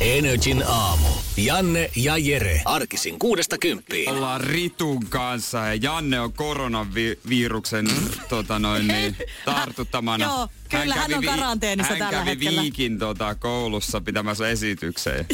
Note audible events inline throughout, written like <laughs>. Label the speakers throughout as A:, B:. A: Energin aamu. Janne ja Jere. Arkisin kuudesta kymppiin.
B: Ollaan Ritun kanssa ja Janne on koronaviruksen tota noin, niin, tartuttamana.
C: Joo, kyllä, hän
B: kävi
C: on
B: vi-
C: karanteenissa
B: hän
C: tällä
B: kävi
C: hetkellä.
B: viikin tota, koulussa pitämässä
C: <laughs>
B: esitykseen.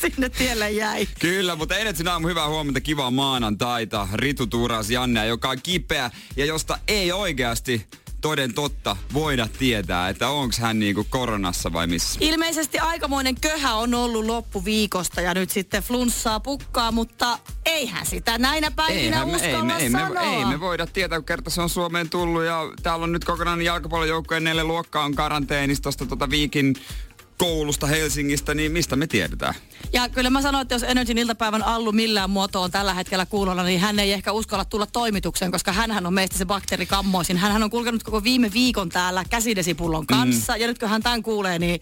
C: Sinne tielle jäi.
B: Kyllä, mutta Energyn aamu, hyvää huomenta, kivaa maanantaita. Ritu Tuuras, Janne, joka on kipeä ja josta ei oikeasti toden totta voida tietää, että onko hän niinku koronassa vai missä.
C: Ilmeisesti aikamoinen köhä on ollut loppuviikosta ja nyt sitten flunssaa pukkaa, mutta eihän sitä näinä päivinä
B: Eihän me- ei,
C: uskalla
B: me, ei, me,
C: sanoa.
B: ei me voida tietää, kun kerta se on Suomeen tullut ja täällä on nyt kokonainen jalkapallojoukkojen neljä luokkaa on karanteenissa tuosta tota Viikin koulusta Helsingistä, niin mistä me tiedetään?
C: Ja kyllä mä sanoin, että jos Energyn iltapäivän Allu millään muotoa on tällä hetkellä kuulolla, niin hän ei ehkä uskalla tulla toimitukseen, koska hän on meistä se bakteerikammoisin. Hän on kulkenut koko viime viikon täällä käsidesipullon kanssa mm. ja nyt kun hän tämän kuulee, niin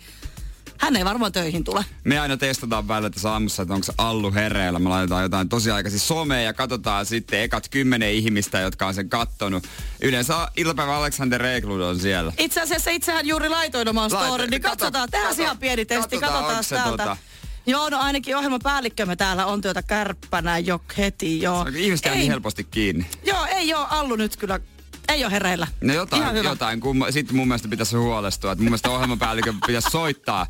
C: hän ei varmaan töihin tule.
B: Me aina testataan välillä tässä aamussa, että onko Allu hereillä. Me laitetaan jotain tosi aikaisin someen ja katsotaan sitten ekat kymmenen ihmistä, jotka on sen kattonut. Yleensä iltapäivä Alexander Reiklund on siellä.
C: Itse asiassa itsehän juuri laitoin oman
B: Laitoit,
C: storin, niin
B: kato-
C: katsotaan, tehdään
B: kato-
C: ihan pieni testi,
B: katsotaan,
C: katsotaan
B: onks se
C: täältä.
B: tota-
C: Joo, no ainakin ohjelmapäällikkömme täällä on työtä kärppänä jo heti, joo.
B: Ihmiset jää
C: Ei-
B: niin helposti kiinni.
C: Joo, ei ole Allu nyt kyllä, ei ole hereillä.
B: No jotain,
C: Ihan hyvä.
B: jotain kumma, sitten mun mielestä pitäisi huolestua. Että mun mielestä ohjelmapäällikön pitäisi soittaa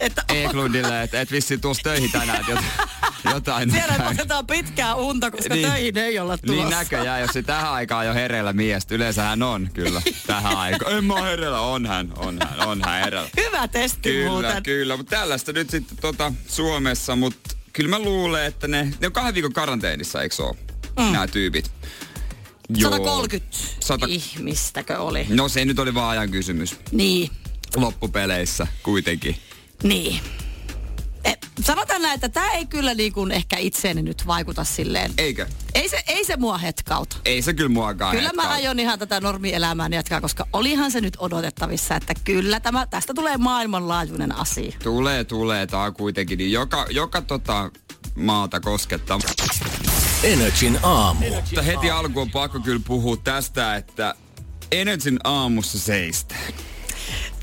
C: Että
B: Eklundille, että et vissiin tuossa töihin tänään. Et jot- jotain.
C: Tiedän, että otetaan pitkää unta, koska niin, töihin ei olla
B: <laughs>
C: tulossa.
B: Niin näköjään, jos se tähän aikaan jo hereillä mies. Yleensä hän on kyllä tähän aikaan. En mä oo hereillä, on hän, on hän, on hän hereillä.
C: Hyvä testi
B: Kyllä,
C: muuten.
B: kyllä. Mutta tällaista nyt sitten tota Suomessa, mutta kyllä mä luulen, että ne, ne on kahden viikon karanteenissa, eikö oo? Mm. Nämä tyypit. Joo.
C: 130
B: Sata-
C: ihmistäkö oli?
B: No se nyt oli vaan ajan kysymys.
C: Niin,
B: Loppupeleissä kuitenkin.
C: niin. Eh, sanotaan näin, että tämä ei kyllä niin kuin ehkä itseeni nyt vaikuta silleen.
B: Eikö?
C: Ei se, ei se mua hetkauta.
B: Ei se kyllä muakaan
C: Kyllä mä
B: hetkauta.
C: aion ihan tätä normielämääni jatkaa, koska olihan se nyt odotettavissa, että kyllä tämä, tästä tulee maailmanlaajuinen asia.
B: Tulee, tulee. Tää on kuitenkin niin joka, joka tota maata koskettaa.
A: Energin aamu.
B: Mutta heti alkuun on pakko kyllä puhua tästä, että Energin aamussa seistä.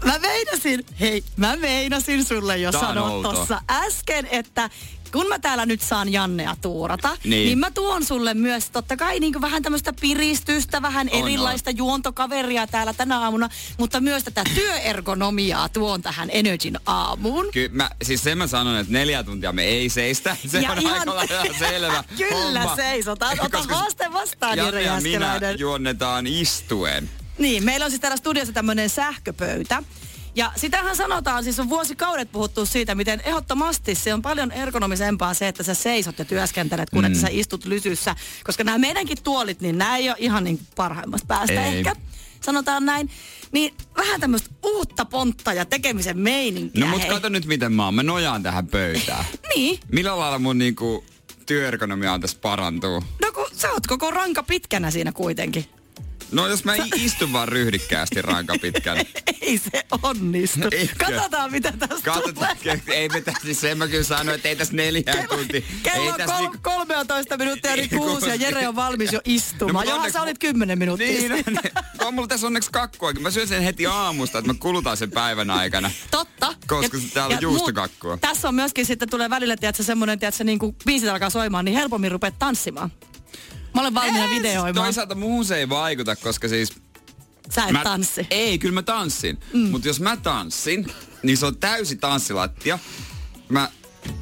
C: Mä meinasin, hei, mä meinasin sulle jo
B: Tää on
C: sanoa
B: outoa.
C: tuossa äsken, että kun mä täällä nyt saan Jannea tuurata, niin,
B: Niin.
C: niin mä tuon sulle myös totta kai niin vähän tämmöistä piristystä, vähän
B: On,
C: erilaista juontokaveria täällä tänä aamuna, mutta myös tätä työergonomiaa tuon tähän Energin aamuun.
B: Ky- mä, siis sen mä sanon, että neljä tuntia me ei seistä. <laughs> Se
C: Ja
B: on
C: ihan-
B: aika lailla
C: <laughs>
B: selvä
C: Kyllä
B: homma.
C: seisotaan. Ota
B: Koska
C: haaste vastaan,
B: Janne
C: Jere
B: ja minä
C: Jääskeläinen.
B: juonnetaan istuen.
C: Niin, meillä on siis täällä studiossa tämmöinen sähköpöytä. Ja sitähän sanotaan, siis on vuosikaudet puhuttu siitä, miten ehdottomasti se on paljon ergonomisempaa se, että sä seisot ja työskentelet, kun mm. että sä istut lysyssä. Koska nämä meidänkin tuolit, niin nämä ei ole ihan niin kuin parhaimmasta päästä
B: Ei.
C: ehkä, sanotaan näin. Niin vähän tämmöistä uutta pontta ja tekemisen meininkiä.
B: No mut
C: hei.
B: kato nyt miten mä oon. Mä nojaan tähän pöytään.
C: Niin,
B: Millä lailla mun niinku työergonomia on tässä parantuu?
C: no kun sä oot koko ranka pitkänä siinä kuitenkin. <laughs>
B: No jos mä i- istun vaan ryhdikkäästi ranka
C: <laughs>
B: pitkän.
C: Ei se onnistu.
B: Eikö?
C: Katsotaan mitä tästä
B: No Katsotaan,
C: tulee.
B: <laughs> ei me tässä, siis en mä kyllä sano, että ei tässä neljää tuntia.
C: Kello
B: ei
C: on
B: tässä niinku-
C: kol- 13 minuuttia, niin kuusi, ja Jere on valmis jo istumaan.
B: <laughs> No,
C: No,
B: mutta
C: Johan sä
B: onneksi-
C: olit 10 minuuttia.
B: Niin, no,
C: sitten.
B: niin. on mulla tässä onneksi kakkuakin. Mä syön sen heti aamusta, että mä kulutan sen päivän aikana.
C: <laughs> Totta.
B: Koska täällä on
C: ja
B: juustokakkua.
C: muut- Tässä on myöskin sitten tulee välillä, tiedätkö, semmoinen, tiedätkö, niin kuin biisit alkaa soimaan, niin helpommin rupeat tanssimaan. Mä olen valmiina videoimaan.
B: siis Toisaalta muuhun se ei vaikuta, koska siis...
C: Sä et
B: Mä,
C: tanssi.
B: Ei, kyllä mä tanssin. Mm. Mutta jos mä tanssin, niin se on täysi tanssilattia. Mä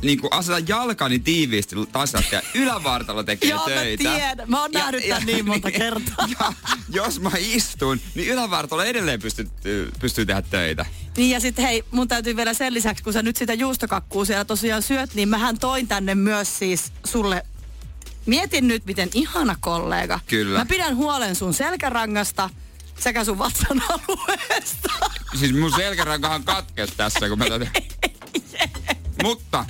B: niin kuin asetan jalkani tiiviisti tanssilattia ylävartalo tekee
C: Joo, mä
B: töitä.
C: tiedän. Mä oon nähnyt
B: <laughs>
C: tän niin monta kertaa.
B: Ja, jos mä istun, niin ylävartalo edelleen pystyy, pystyy tehdä töitä.
C: Niin ja sitten hei, mun täytyy vielä sen lisäksi, kun sä nyt sitä juustokakkuu siellä tosiaan syöt, niin mähän toin tänne myös siis sulle Mietin nyt, miten ihana kollega.
B: Kyllä.
C: Mä pidän huolen sun selkärangasta sekä sun vatsan alueesta.
B: <laughs>
C: <laughs>
B: Siis mun selkärankahan katkes tässä, kun mä tätä... Mutta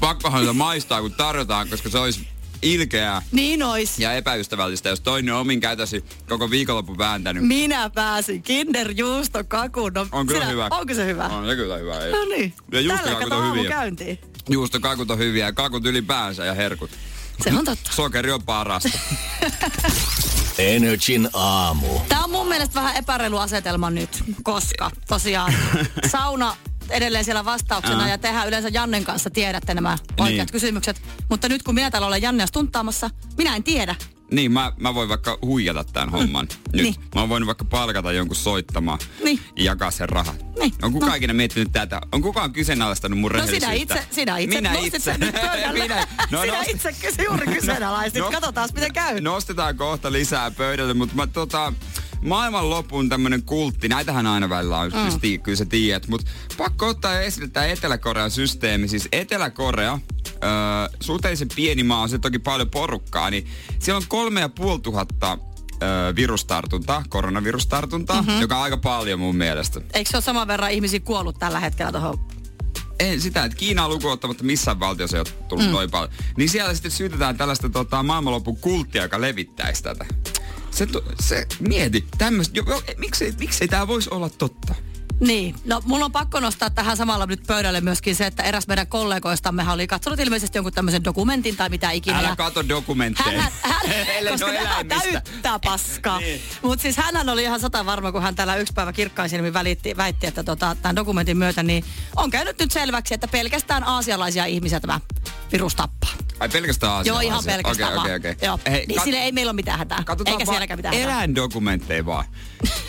B: pakkohan sitä maistaa, kun tarjotaan, koska se olisi ilkeää
C: Niin ois.
B: ja epäystävällistä, jos toinen omin käytäisi koko viikonlopun
C: Mm.
B: vääntänyt.
C: Minä pääsin kinderjuusto kakun. No,
B: On kyllä hyvä.
C: Onko se hyvä?
B: On se kyllä hyvä. Ei.
C: No niin.
B: Ja
C: Tällä
B: juustokakut
C: kato
B: on
C: aamu
B: hyviä.
C: käyntiin.
B: Juustokakut on hyviä ja kakut ylipäänsä ja herkut.
C: Se on totta.
B: Sokeri on parasta.
A: Energin aamu.
C: Tämä on mun mielestä vähän epäreilu asetelma nyt, koska
B: <laughs>
C: tosiaan sauna edelleen siellä vastauksena ja tehdään yleensä Jannen kanssa tiedätte nämä oikeat
B: Niin.
C: kysymykset. Mutta nyt kun minä täällä olen Jannia stunttaamassa, minä en tiedä.
B: Niin, mä, mä voin vaikka huijata tämän homman nyt.
C: Niin.
B: Mä voin vaikka palkata jonkun soittamaan
C: Niin.
B: ja jakaa sen rahan.
C: Niin.
B: On kukaan no. ikinä miettinyt tätä? On kukaan kyseenalaistanut mun
C: No sinä
B: rehellisyyttä?
C: itse, sinä itse
B: Minä
C: nostit
B: itse. <laughs>
C: sen nyt pöydälle.
B: Minä,
C: no, sinä itse kysy, juuri
B: <laughs>
C: kyseenalaistit. No, Katsotaan, miten käy. No,
B: Nostetaan kohta lisää pöydälle, mutta mä, tota, maailman loppuun tämmönen kultti, näitähän aina välillä on, mm. tii, kyllä sä tiedät, mutta pakko ottaa esille tämä Etelä-Korean systeemi. Siis Etelä-Korea, öö, suhteellisen pieni maa, on se toki paljon porukkaa, niin siellä on kolme ja puoli tuhatta öö, virustartuntaa, koronavirustartuntaa, mm-hmm. joka on aika paljon mun mielestä.
C: Eikö se ole saman verran ihmisiä kuollut tällä hetkellä tuohon?
B: En sitä, että Kiinaa lukuun ottamatta missään valtiossa ei ole tullut mm. noin paljon. Niin siellä sitten syytetään tällaista tota, maailmanlopun kulttia, joka levittäisi tätä. Se, tu- se mieti, tämmöistä, jo, jo, miksei, miksei tämä voisi olla totta?
C: Niin, no mulla on pakko nostaa tähän samalla nyt pöydälle myöskin se, että eräs meidän kollegoistammehan oli katsonut ilmeisesti jonkun tämmöisen dokumentin tai mitä ikinä.
B: Älä
C: ja-
B: kato dokumentteja.
C: Hän,
B: <laughs>
C: hän,
B: Ele
C: koska
B: no
C: tämä
B: eläimistä.
C: täyttää paskaa.
B: Niin.
C: niin. Mutta siis hän oli ihan sata varma, kun hän täällä yksi päivä kirkkain silmin välitti, väitti, että tota, tämän dokumentin myötä niin on käynyt nyt selväksi, että pelkästään aasialaisia ihmisiä tämä virus tappaa.
B: Ai pelkästään asiaa.
C: Joo, ihan pelkästään
B: Okei, okei,
C: vaan.
B: okei.
C: Joo.
B: Hei,
C: niin
B: kat-
C: sille ei meillä ole mitään hätää.
B: katsotaan
C: Eikä
B: vaan
C: sielläkään mitään hätää.
B: Eläindokumentteja
C: <laughs>
B: vaan.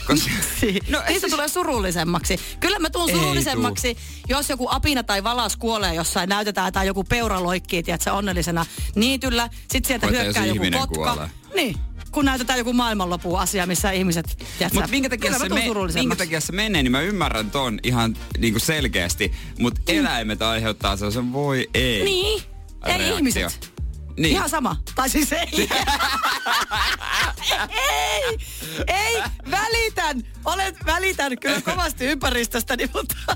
B: Koska,
C: No, Niistä
B: siis-
C: tulee surullisemmaksi. Kyllä mä tuun
B: Ei
C: surullisemmaksi, jos joku apina tai valas kuolee jossain näytetään tai joku peura loikkii, tiedätkö, onnellisena niityllä. Sitten sieltä
B: Koita,
C: hyökkää
B: jos
C: joku
B: ihminen
C: kotka.
B: kuolee.
C: Niin, kun näytetään joku maailmanlopun asia, missä ihmiset, tiedätkö,
B: Mutta minkä, takia
C: kyllä
B: se
C: mä tuun
B: me, minkä
C: surullisemmaksi.
B: takia se menee, niin mä ymmärrän ton ihan niinku selkeästi. Mutta eläimet aiheuttaa sellaisen voi ei.
C: Mm. Niin, ei
B: reaktio.
C: ihmiset.
B: Niin.
C: Niin. Ihan sama. Tai siis
B: <laughs>
C: ei. ei, ei, välitän. Olen välitän kyllä kovasti ympäristöstäni, mutta... <laughs>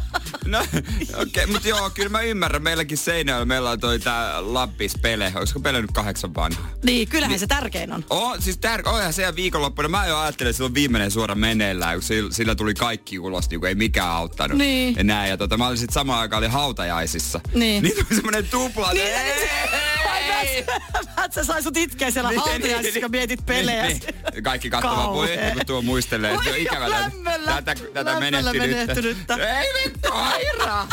B: No, okei, okay, mutta joo, kyllä mä ymmärrän. Meilläkin seinällä meillä on toi tää Lappis-pele. Olisiko pele nyt kahdeksan vanha?
C: niin, kyllähän niin. se tärkein on.
B: Oh, siis tär- onhan se ja viikonloppuna. Mä jo ajattelin, että silloin viimeinen suora meneillään, kun sillä, sillä tuli kaikki ulos, niin kuin ei mikään auttanut.
C: Niin.
B: Ja näin. Ja tota, mä olin sit samaan aikaan oli hautajaisissa.
C: Niin.
B: Niin tuli semmonen tupla.
C: Niin, ja
B: että
C: nyt- Ai mä, mä, <laughs> sä sai sut itkeä siellä
B: Niin,
C: hautajaisissa,
B: niin,
C: kun
B: niin.
C: mietit pelejä. <laughs>
B: Niin, niin. Kaikki katsovat voi,
C: Kauhea.
B: että kun tuo muistelee, että on
C: Voi,
B: ikävä tätä-
C: lämmöllä-
B: tätä, tätä
C: lämmöllä
B: menehtynyttä.
C: menehtynyttä.
B: Ei vittu,
C: <laughs>
B: Aira!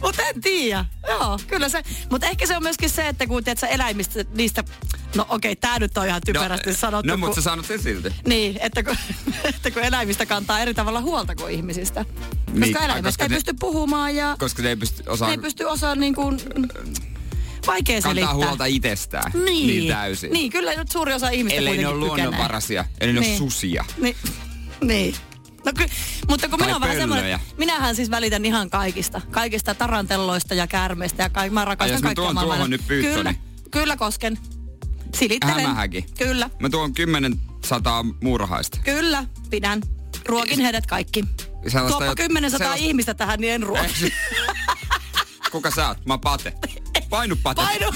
C: Mutta en tiedä. Joo, kyllä se. Mutta ehkä se on myöskin se, että kun tiedät sä eläimistä, niistä... No okei, okay, tää nyt on ihan typerästi sanottu.
B: No, mutta sä
C: kun-
B: sanot sen silti.
C: Niin, että kun, <laughs> että kun eläimistä kantaa eri tavalla huolta kuin ihmisistä. Koska
B: Niin,
C: niin,
B: ai,
C: eläimestä
B: koska
C: ei
B: ne-
C: pysty puhumaan ja koska,
B: Koska ne ei pysty
C: ne
B: osaamaan
C: ei pysty osaamaan niin kuin, mm, vaikea
B: kantaa
C: selittää.
B: huolta itsestään.
C: niin.
B: niin täysin.
C: Niin, kyllä nyt suuri osa ihmistä
B: Ellei ne ole
C: kuitenkin kykenee.
B: luonnonvarasia, ellei ne ole
C: Niin.
B: susia.
C: Niin. niin. No ky- mutta kun
B: Tai
C: minä olen vähän semmoinen,
B: pöllöjä.
C: minähän siis välitän ihan kaikista. Kaikista tarantelloista ja käärmeistä ja kaik- mä
B: Ai,
C: rakastan
B: jos mä
C: kaikkia
B: tuon
C: maailman-
B: tuohon nyt niin- pyyttöni.
C: Kyllä, kyllä kosken. Silittelen.
B: Hämähäkin.
C: Kyllä,
B: Mä tuon kymmenen sataa
C: <laughs>
B: muurahaista.
C: kyllä, pidän. Ruokin heidät kaikki.
B: Sellaista
C: Tuoppa
B: jo-
C: jo, 10
B: sellaista-
C: ihmistä tähän, niin en
B: Eh,
C: <laughs> ruoki.
B: Kuka sä oot? Mä oon Pate. Painu Pate.
C: Painu.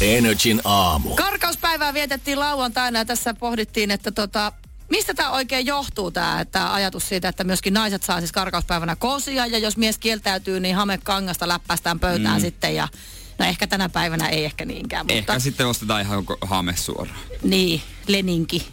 A: Energin aamu.
C: Karkauspäivää vietettiin lauantaina ja tässä pohdittiin, että tota, mistä tämä oikein johtuu tämä että ajatus siitä, että myöskin naiset saa siis karkauspäivänä kosia ja jos mies kieltäytyy, niin hamekangasta läppästään pöytään sitten ja no ehkä tänä päivänä ei ehkä niinkään, mutta
B: Mm. Ehkä sitten ostetaan ihan ko- hame suoraan.
C: niin, leninki.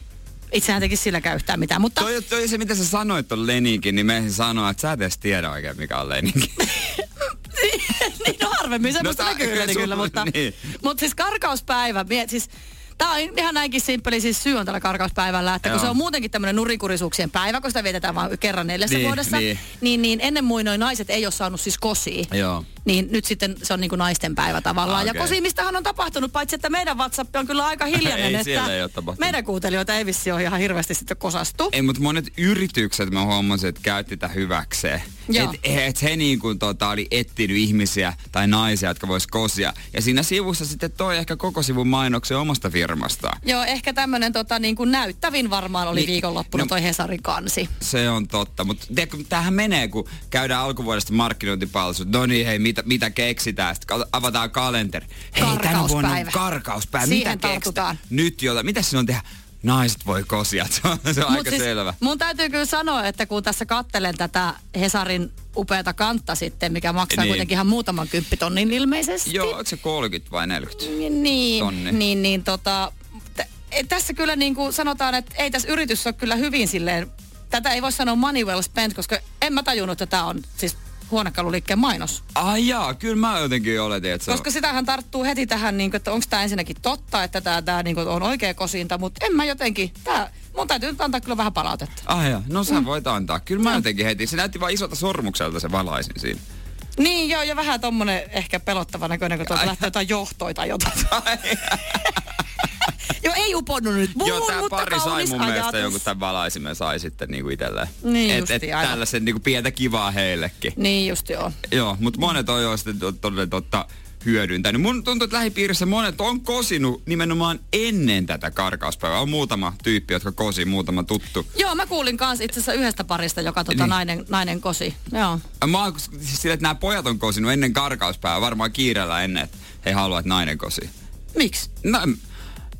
C: Itsehän tekisi silläkään yhtään mitään, mutta
B: Toi, toi se, mitä sä sanoit on Leninkin, niin mä en sanoa, että sä et edes tiedä oikein, mikä on Leninki.
C: <laughs> niin, no harvemmin semmoista
B: No
C: no,
B: tää-
C: näkyy
B: kyllä
C: kyllä,
B: sun- <laughs>
C: kyllä mutta,
B: niin.
C: niin. mutta siis karkauspäivä, mie- siis Tämä on ihan näinkin simppeli siis syy on tällä karkauspäivällä, että
B: Joo.
C: kun se on muutenkin tämmöinen nurikurisuuksien päivä, kun sitä vietetään vain kerran neljässä
B: Niin,
C: vuodessa,
B: niin.
C: niin. Niin, niin ennen muinoin naiset ei ole saanut siis kosia.
B: Joo.
C: Niin nyt sitten se on niin kuin naisten päivä tavallaan.
B: Ah,
C: Okay. Ja
B: okei.
C: kosimistahan on tapahtunut, paitsi että meidän WhatsApp on kyllä aika hiljainen,
B: Ei, siellä
C: että
B: ei oo tapahtunut.
C: meidän kuuntelijoita ei vissiin ole ihan hirveästi sitten kosastu.
B: Ei, mutta monet yritykset mä huomasin, että käytti tätä hyväkseen.
C: Joo.
B: Et, et he niin kuin tota, oli etsinyt ihmisiä tai naisia, jotka vois kosia. Ja siinä sivussa sitten toi ehkä koko sivun mainoksen omasta firmastaan.
C: Joo, ehkä tämmöinen tota, niin kuin näyttävin varmaan oli
B: Niin,
C: niin, viikonloppuna
B: no-
C: no, toi Hesarin kansi.
B: Se on totta, mutta tämähän menee, kun käydään alkuvuodesta markkinointipalvelut. No niin, hei, mitä, mitä keksitään? Sitten ka- avataan kalenteri. Hei, tänä vuonna on
C: Karkauspäivä.
B: karkauspäivä.
C: Siihen
B: mitä keksitään?
C: tartutaan.
B: Nyt jotain. Mitä sinun tehdä? Naiset voi kosia. <laughs> Se on, se on
C: Mut siis
B: aika selvä.
C: Mun täytyy kyllä sanoa, että kun tässä kattelen tätä Hesarin upeata kantta sitten, mikä maksaa
B: Niin.
C: niin. kuitenkin ihan muutaman kymppitonnin ilmeisesti.
B: Joo, onko se 30 vai 40?
C: Niin,
B: Tonni.
C: niin, niin tota, t- e- tässä kyllä niin kuin sanotaan, että ei tässä yritys ole kyllä hyvin silleen, tätä ei voi sanoa money well spent, koska en mä tajunnut, että tämä on siis huonekaluliikkeen mainos.
B: Ai jaa, kyllä mä jotenkin oletin, että se
C: Koska sitähän tarttuu heti tähän, niin kuin, että onko tämä ensinnäkin totta, että tämä tää, niin kuin, on oikea kosinta, mutta en mä jotenkin, tää, mun täytyy nyt antaa kyllä vähän palautetta.
B: on... Ai jaa, no sä
C: Mm.
B: voit antaa. Kyllä mä jotenkin heti. Se näytti vaan isolta sormukselta se valaisin siinä. <laughs>
C: Niin joo, ja vähän tommonen ehkä pelottava näköinen, kun tuolta
B: Ai.
C: lähtee jotain johtoja
B: <laughs>
C: tai jotain. joo, ei uponnut nyt muun,
B: Joo, tää
C: mutta
B: pari sai
C: kaunis
B: mun mielestä
C: ajatus.
B: jonkun tämän valaisimen sai sitten niinku itselleen.
C: Niin
B: et, et
C: justiin, aivan.
B: tällaisen niinku pientä kivaa heillekin.
C: Niin just joo.
B: Joo, mutta monet on jo sitten to- todella totta hyödyntänyt. Mun tuntuu, että lähipiirissä monet on kosinut nimenomaan ennen tätä karkauspäivää. On muutama tyyppi, jotka kosi, muutama tuttu.
C: Joo, mä kuulin kans itse asiassa yhdestä parista, joka tota
B: Niin.
C: niin. nainen, nainen kosi. Joo.
B: Mä oon siis sillä, että nämä pojat on kosinut ennen karkauspäivää, varmaan kiireellä ennen, että he haluaa, että nainen kosi.
C: Miksi?
B: No, en-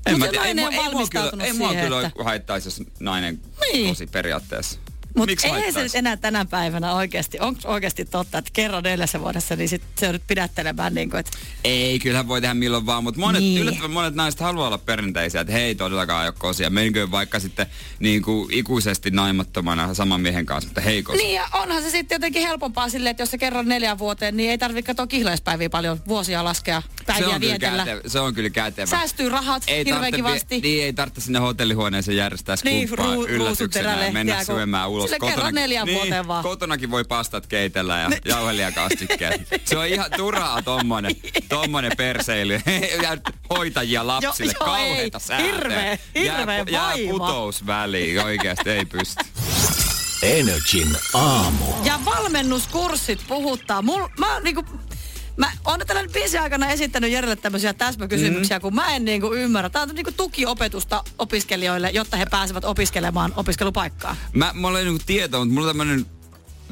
B: en mä
C: se
B: tiedä. Ei,
C: nainen
B: mua-
C: on
B: ei, mua kyllä,
C: valmistautunut
B: ei mua
C: siihen,
B: kyllä
C: että-
B: haittaisi, jos nainen
C: Niin.
B: kosi periaatteessa.
C: Mutta
B: Miksi
C: eihän se
B: haittaisi?
C: nyt enää tänä päivänä oikeasti, onko oikeasti totta, että kerran neljässä vuodessa, niin sit se on nyt pidättelemään niin kuin, että
B: Ei, kyllähän voi tehdä milloin vaan, mutta monet, niin.
C: Niin.
B: yllättävän monet naiset haluaa olla perinteisiä, että hei todellakaan ei ole kosia. Menkö vaikka sitten niin kuin ikuisesti naimattomana saman miehen kanssa, mutta hei kosia.
C: Niin ja onhan se sitten jotenkin helpompaa silleen, että jos se kerran neljään vuoteen, niin ei tarvitse katsoa kihlaispäiviä paljon vuosia laskea,
B: se,
C: päiviä
B: on kyllä
C: vietellä.
B: kätevä, se on kyllä kätevä.
C: Säästyy rahat
B: ei
C: hirveän
B: tarvitse,
C: kivasti.
B: Niin, ei tarvitse sinne hotellihuoneeseen järjestää
C: Niin,
B: skumppaa
C: ruu-
B: yllätyksenä ja mennä
C: ruusuterälehteä, kun-
B: syömään ulos.
C: Sille kerran neljään
B: niin,
C: vuoteen vaan.
B: Kotonakin voi pastat keitellä <laughs> ja jauhelijakastikkeet. se on ihan turhaa
C: <laughs>
B: tommonen, tommonen perseily. <laughs> Ja Hoitajia lapsille,
C: Niin. joo,
B: kauheita
C: ei.
B: säätöä.
C: Hirveä- hirveä
B: jää, jää
C: vaiva.
B: putous väliin, oikeasti ei pysty.
A: Energin aamu.
C: Ja valmennuskurssit puhuttaa. Mul, mä niinku, Mä oon nyt tällainen biisin aikana esittänyt Jerelle tämmöisiä täsmäkysymyksiä, mm. kun mä en niinku ymmärrä. Tää on niinku tukiopetusta opiskelijoille, jotta he pääsevät opiskelemaan opiskelupaikkaa.
B: Mä, mulla ei niinku tietoa, mutta mulla on tämmönen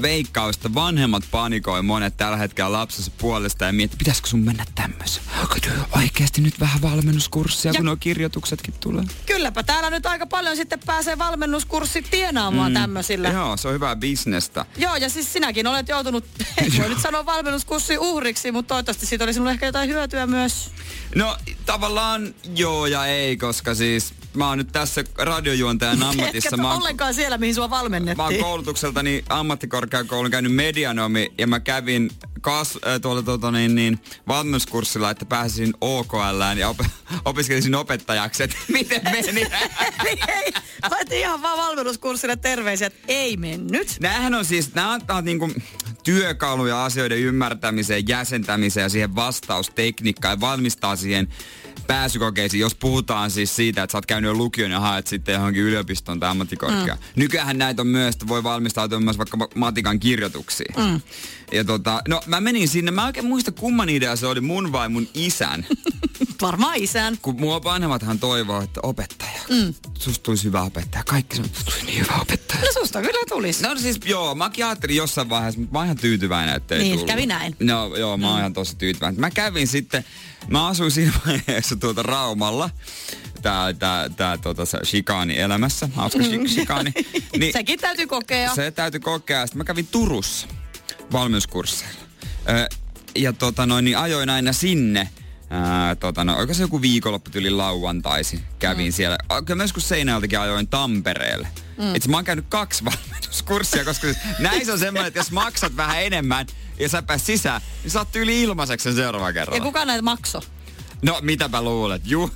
B: veikkaus, että vanhemmat panikoi monet tällä hetkellä lapsensa puolesta ja miettii, pitäisikö sun mennä tämmöiseen. Onko työ Oikeasti nyt vähän valmennuskurssia,
C: Ja-
B: kun nuo kirjoituksetkin tulee.
C: Kylläpä täällä nyt aika paljon sitten pääsee valmennuskurssit tienaamaan mm. tämmöisillä.
B: Joo, se on hyvää bisnestä.
C: Joo, ja siis sinäkin olet joutunut, <laughs> en voi nyt sanoa valmennuskurssin uhriksi, mutta toivottavasti siitä oli sinulle ehkä jotain hyötyä myös.
B: No tavallaan joo ja ei, koska siis mä oon nyt tässä
C: <laughs>
B: radiojuontajan ammatissa.
C: Etkä
B: mä
C: mä
B: oon,
C: ollenkaan siellä, mihin sua
B: mä oon
C: valmennettiin.
B: koulutukseltani ammattikorkeakoulun käynyt medianomi ja mä kävin kas, äh, tuolla tota, niin, niin, valmennuskurssilla, että pääsin OKLään ja op, <laughs> opiskelisin opettajaksi, että <laughs> miten meni.
C: <laughs> ei, laitin ihan vaan valmennuskurssille terveisiä, että ei mennyt.
B: Nämähän on siis, nämä antaa niinku työkaluja asioiden ymmärtämiseen, jäsentämiseen ja siihen vastaustekniikkaan ja valmistaa siihen pääsykokeisiin, jos puhutaan siis siitä, että sä oot käynyt jo lukion ja haet sitten johonkin yliopistoon tai ammattikorkeaan. Mm. Nykyään näitä on myös, että voi valmistautua myös vaikka ma- matikan kirjoituksiin. Mm. Ja tota, no mä menin sinne, mä en oikein muista kumman idea se oli, mun vai mun <laughs> isän.
C: Varmaan isän.
B: kun mua vanhemmathan toivoo, että opettaja, mm. susta tulisi hyvä opettaja. Kaikki sanoo, että tulisi niin hyvä opettaja.
C: No susta kyllä tulisi.
B: No siis joo, mäkin ajattelin jossain vaiheessa, mutta mä oon ihan tyytyväinen, että ei
C: Niin,
B: tullut.
C: kävi näin. Mm.
B: No joo, mä oon ihan tosi tyytyväinen. Mä kävin sitten, mä asuin siinä <laughs> vaiheessa tuota Raumalla, tää, tää, tää tota se shikaani elämässä, hauska
C: Mm.
B: shi-
C: <laughs>
B: shikaani.
C: Niin. Sekin täytyy kokea. Se...
B: se täytyy kokea. Sitten mä kävin Turussa valmennuskursseilla. Ö, ja tota noin, niin ajoin aina sinne. Ää, tota no, oliko se joku viikonloppu tyli lauantaisin kävin mm. siellä. A, Kyllä mä joskus Seinäjoeltakin ajoin Tampereelle. Mm. Itse mä oon käynyt kaksi <laughs> valmennuskurssia, koska siis näissä on semmoinen, että jos maksat vähän enemmän ja sä pääs sisään, niin saat yli ilmaiseksi sen seuraavan kerran.
C: Ja kuka näitä makso?
B: No mitäpä luulet? Ju,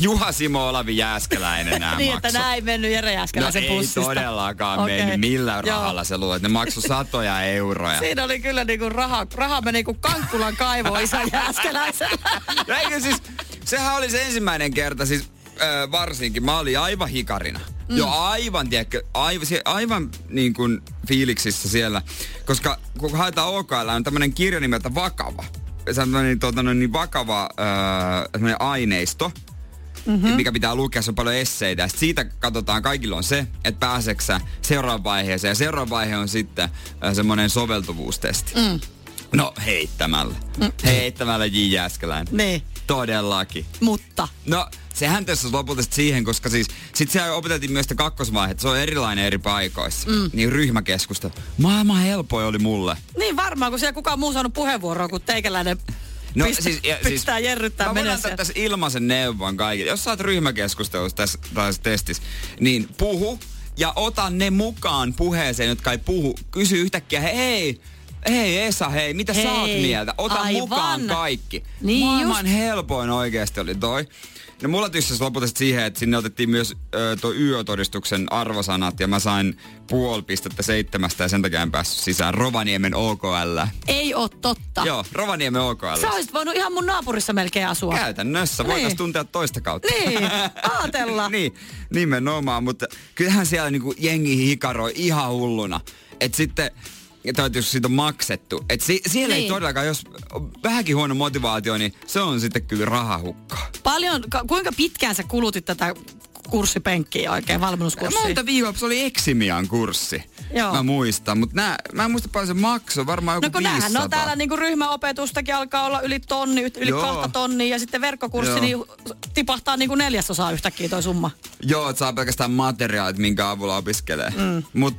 B: Juha Simo Olavi
C: <laughs>
B: Jääskeläinen nämä
C: niin, että
B: maksoi.
C: näin ei mennyt Jere
B: No
C: Jääskeläisen
B: ei
C: pussista.
B: todellakaan okay.
C: Okei.
B: mennyt millään
C: Joo.
B: rahalla se luo, että ne maksu satoja
C: <laughs>
B: euroja.
C: Siinä oli kyllä niinku raha, raha meni kuin Kankkulan
B: <laughs>
C: kaivoon isä Jääskeläisellä.
B: No Eikö siis, sehän oli se ensimmäinen kerta siis ö, varsinkin, mä olin aivan hikarina. Mm. Jo aivan, tiedätkö, aivan, sie- aivan niin kuin fiiliksissä siellä. Koska kun haetaan OKL, on tämmönen kirja nimeltä Vakava. Se on tämmönen, tuota, noin niin vakava ö, tämmönen aineisto. mm-hmm. mikä pitää lukea, se on paljon esseitä. Sit siitä katsotaan, kaikilla on se, että pääseksä seuraavaan vaiheeseen. Ja seuraava vaihe on sitten äh, semmoinen soveltuvuustesti. Mm. No heittämällä. Mm. Heittämällä J. Jääskeläinen.
C: Niin.
B: Todellakin.
C: Mutta.
B: No, sehän tässä on lopulta sit siihen, koska siis sit siellä opeteltiin myös sitä kakkosvaihetta. Se on erilainen eri paikoissa. Mm. Niin ryhmäkeskusta. Maailman helpoin oli mulle.
C: Niin varmaan, kun siellä kukaan muu saanut puheenvuoroa kuin teikäläinen
B: No
C: no, pistä, siis, ja, pistää siis,
B: Mä
C: jerryttää
B: voin
C: menee
B: antaa
C: siellä.
B: tässä ilmaisen neuvon kaikille. Jos sä oot ryhmäkeskustelussa tässä, tässä testissä, niin puhu ja ota ne mukaan puheeseen, jotka ei puhu. Kysy yhtäkkiä, hei, hei Esa, hei, mitä hei. sä oot
C: Hei,
B: mieltä? Ota
C: aivan.
B: mukaan kaikki.
C: Niin
B: Maailman helpoin oikeasti oli toi. No mulla tyssäsi lopulta sit siihen, että sinne otettiin myös ö, tuo yötodistuksen arvosanat ja mä sain puoli pistettä seitsemästä ja sen takia en päässyt sisään Rovaniemen OKL.
C: Ei oo totta.
B: Joo, Rovaniemen OKL.
C: Sä olisit voinut ihan mun naapurissa melkein asua.
B: Käytännössä voitaisiin
C: Niin.
B: tuntea toista kautta.
C: Niin,
B: <laughs>
C: aatella.
B: niin, nimenomaan, mutta kyllähän siellä niinku jengi hikaroi ihan hulluna. Et sitten, tai että jos siitä on maksettu. Et si- siellä niin. ei
C: Niin.
B: todellakaan, jos on vähänkin huono motivaatio, niin se on sitten kyllä rahahukka.
C: Paljon, ka- kuinka pitkään sä kulutit tätä kurssipenkkiä oikein, valmennuskurssia?
B: Monta viikkoa se oli Eximian kurssi.
C: Joo.
B: Mä muistan, mutta nää, mä en muista paljon se maksoi, varmaan joku
C: No kun
B: 500.
C: näähän on täällä niinku ryhmäopetustakin alkaa olla yli tonni, yli
B: Joo.
C: Joo. kahta tonnia ja sitten verkkokurssi
B: Joo.
C: niin tipahtaa niinku neljäsosaa yhtäkkiä toi summa.
B: Joo, että saa pelkästään materiaalit, minkä avulla opiskelee. Mm. Mut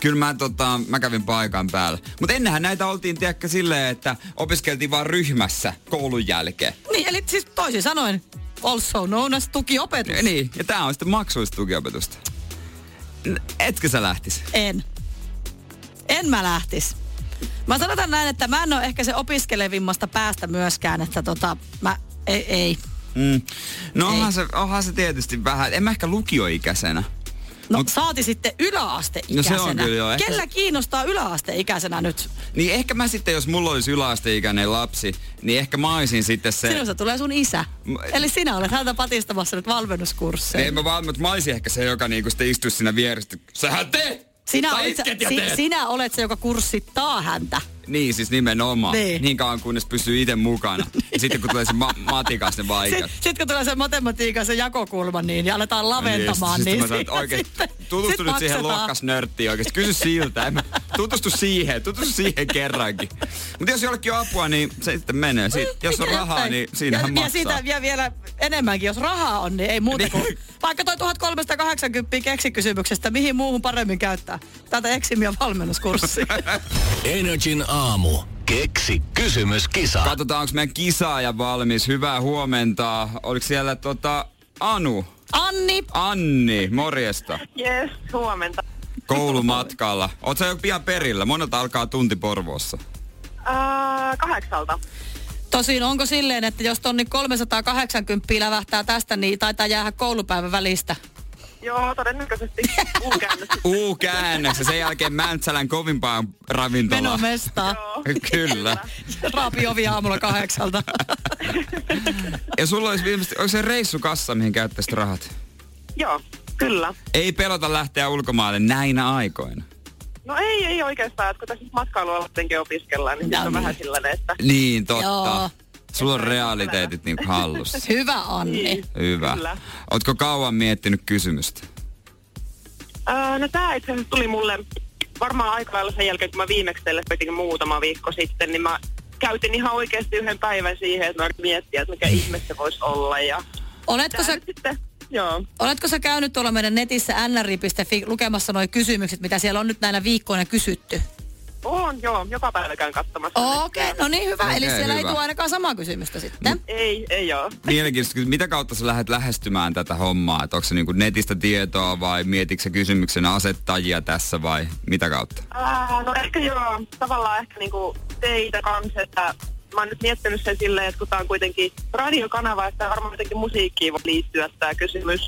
B: kyllä mä, tota, mä kävin paikan päällä. Mutta ennenhän näitä oltiin tiedäkö silleen, että opiskeltiin vaan ryhmässä koulun jälkeen.
C: Niin, eli siis toisin sanoen, also known as tukiopetus.
B: Ja niin, ja tää on sitten maksuista tukiopetusta. N- Etkö sä lähtis?
C: En. En mä lähtis. Mä sanotaan näin, että mä en ole ehkä se opiskelevimmasta päästä myöskään, että tota, mä, ei, ei.
B: Mm. No
C: Ei.
B: onhan se, onhan se tietysti vähän, en mä ehkä lukioikäisenä.
C: No
B: Mut-
C: Mut, saati sitten
B: No se
C: yläasteikäisenä.
B: on kyllä joo, ehkä-
C: Kellä kiinnostaa yläasteikäisenä nyt?
B: Niin ehkä mä sitten, jos mulla olisi yläasteikäinen lapsi, niin ehkä mä olisin sitten se...
C: Sinusta tulee sun isä.
B: M-
C: Eli sinä olet häntä patistamassa nyt valmennuskursseja.
B: Ei Niin, mä vaan, mutta mä olisin ehkä se, joka niinku sitten istuisi siinä vieressä. Sähän teet!
C: Sinä
B: Tai
C: olet, se,
B: itket ja
C: si,
B: teet!
C: sinä olet se, joka kurssittaa häntä.
B: Niin, siis nimenomaan. Niin,
C: Niin.
B: niin kauan kunnes pysyy itse mukana. Ja sitten kun tulee se
C: <laughs>
B: ma- matikas, ne
C: Sitten
B: vaikeudet.
C: sit kun tulee se matematiikan se jakokulma niin, ja aletaan laventamaan,
B: Sitten siis
C: niin,
B: mä sanon, että oikein, tutustu nyt siihen luokkasnörttiin oikeasti. Kysy siltä. En mä, tutustu siihen, tutustu siihen kerrankin. Mutta jos jollekin on apua, niin se sitten menee. Sit, jos on rahaa, niin siinähän
C: ja,
B: maksaa.
C: Ja siitä vielä, vielä enemmänkin, jos rahaa on, niin ei muuta
B: Niin.
C: kuin... Vaikka toi 1380 keksikysymyksestä, mihin muuhun paremmin käyttää? Tätä Eximia
B: <laughs>
C: valmennuskurssia.
A: Energin aamu. Keksi kysymyskisa.
B: Katsotaan, onko meidän kisaaja valmis. Hyvää huomenta. Oliko siellä tota Anu?
C: Anni,
B: Anni, morjesta.
D: Jes, huomenta.
B: Koulumatkalla. Oletko jo pian perillä? Monelta alkaa tunti Porvoossa.
D: Äh, kahdeksalta.
C: Tosin onko silleen, että jos tonni 380 lävähtää tästä, niin taitaa jäädä koulupäivän välistä?
D: Joo, todennäköisesti
C: <laughs>
D: uukäännös.
B: U-käännöksen, sen jälkeen Mäntsälän kovimpaan ravintolaan.
C: Menomestaa.
D: Joo.
B: Kyllä.
C: <laughs> Raapi ovi aamulla kahdeksalta.
B: Ja sulla olisi ilmeisesti, onko se reissukassa, mihin käyttäisit rahat?
D: Joo, kyllä.
B: Ei pelota lähteä ulkomaille näinä aikoina.
D: No ei, ei oikeastaan, että kun tässä nyt matkailualla jotenkin opiskellaan, niin
C: No
D: no, on
C: niin.
D: vähän sillä että...
B: Niin, totta. Joo.
C: Joo.
B: Sulla on realiteetit niin hallussa.
C: Hyvä Anni.
D: Niin,
B: Hyvä.
D: Kyllä.
B: Ootko kauan miettinyt kysymystä?
D: Äh, no tää itse asiassa tuli mulle varmaan aika lailla sen jälkeen, kun mä viimeksi teille petin muutama viikko sitten, niin mä käytin ihan oikeasti yhden päivän siihen, että mä yritin miettiä, että mikä ihme se voisi olla. Ja
C: Oletko Mm.
D: tää
C: sä,
D: nyt sitten, joo.
C: oletko sä käynyt tuolla meidän netissä nri.fi lukemassa nuo kysymykset, mitä siellä on nyt näinä viikkoina kysytty?
D: On, joo, joka päivä käyn katsomassa.
C: Okei,
D: Että-
C: no niin hyvä. Eli
B: Okei,
C: siellä ei
B: hyvä. Niin.
C: tule ainakaan samaa kysymystä sitten.
D: Ei, ei joo.
B: Mielenkiintoista, kysymys. mitä kautta sä lähdet lähestymään tätä hommaa? Et onko se niinku netistä tietoa vai mietitkö sä kysymyksen asettajia tässä vai mitä kautta?
D: Ää, no ehkä joo, tavallaan ehkä niinku teitä kanssa, että mä oon nyt miettinyt sen silleen, että kun tää on kuitenkin radiokanava, että tää varmaan jotenkin musiikkiin voi liittyä tää kysymys.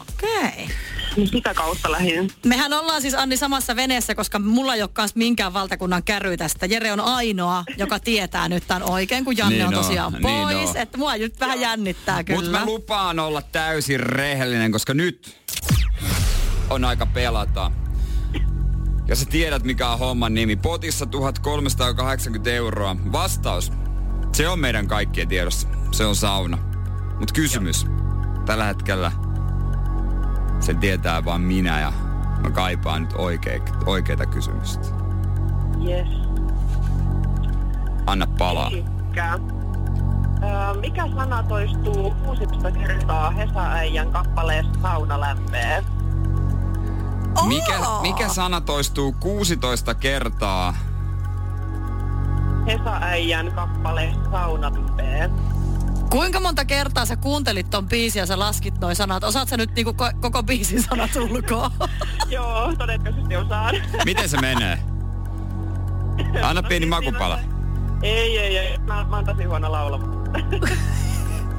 C: Okei.
D: Niin sitä kautta lähin.
C: Mehän ollaan siis Anni samassa veneessä, koska mulla ei ole kans minkään valtakunnan käry tästä. Jere on ainoa, joka tietää nyt tämän oikein, kun Janne
B: Niin
C: on
B: on,
C: tosiaan
B: niin
C: pois.
B: on.
C: että mua nyt vähän jännittää kyllä.
B: Mutta mä lupaan olla täysin rehellinen, koska nyt on aika pelata. Ja sä tiedät, mikä on homman nimi. Potissa 1380 euroa. Vastaus. Se on meidän kaikkien tiedossa. Se on sauna. Mutta kysymys. Tällä hetkellä sen tietää vaan minä ja mä kaipaan nyt oikea, oikeita kysymystä.
D: Yes.
B: Anna palaa.
D: Tykkää. Öö, mikä sana toistuu 16 kertaa Hesa-äijän kappaleessa sauna lämpee?
B: Mikä,
C: Oo!
B: mikä sana toistuu 16 kertaa?
D: Hesa-äijän kappaleessa sauna lämpee.
C: Kuinka monta kertaa sä kuuntelit ton biisin ja sä laskit noi sanat? Osaat sä nyt niinku ko- koko biisin sanat ulkoa? <laughs>
D: Joo, todennäköisesti osaan.
B: Miten se menee? Anna pieni makupala.
D: ei, ei, ei. Mä, mä oon tosi huono laulama.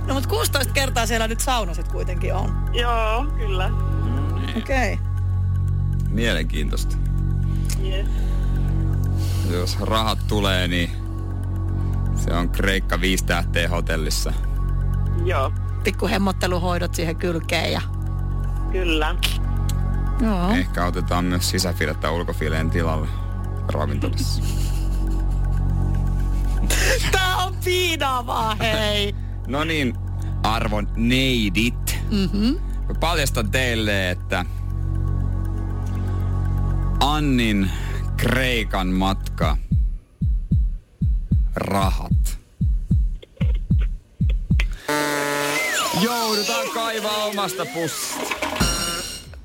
C: No mut 16 kertaa siellä nyt saunaset kuitenkin on.
D: Joo, kyllä.
B: Niin.
C: Okei. Okay.
B: Mielenkiintoista.
D: Yes.
B: Jos rahat tulee, niin se on Kreikka viisi tähteä hotellissa.
D: Joo,
C: Pikku hemmotteluhoidot siihen kylkeen ja...
D: kyllä.
C: Joo.
B: Ehkä otetaan myös sisäfilettä ulkofileen tilalle ravintolassa.
C: Tää on piinaavaa, hei!
B: No niin, arvon neidit. Mm-hmm. Paljastan teille, että Annin Kreikan matka rahat. Joudutaan kaivaa omasta pussista.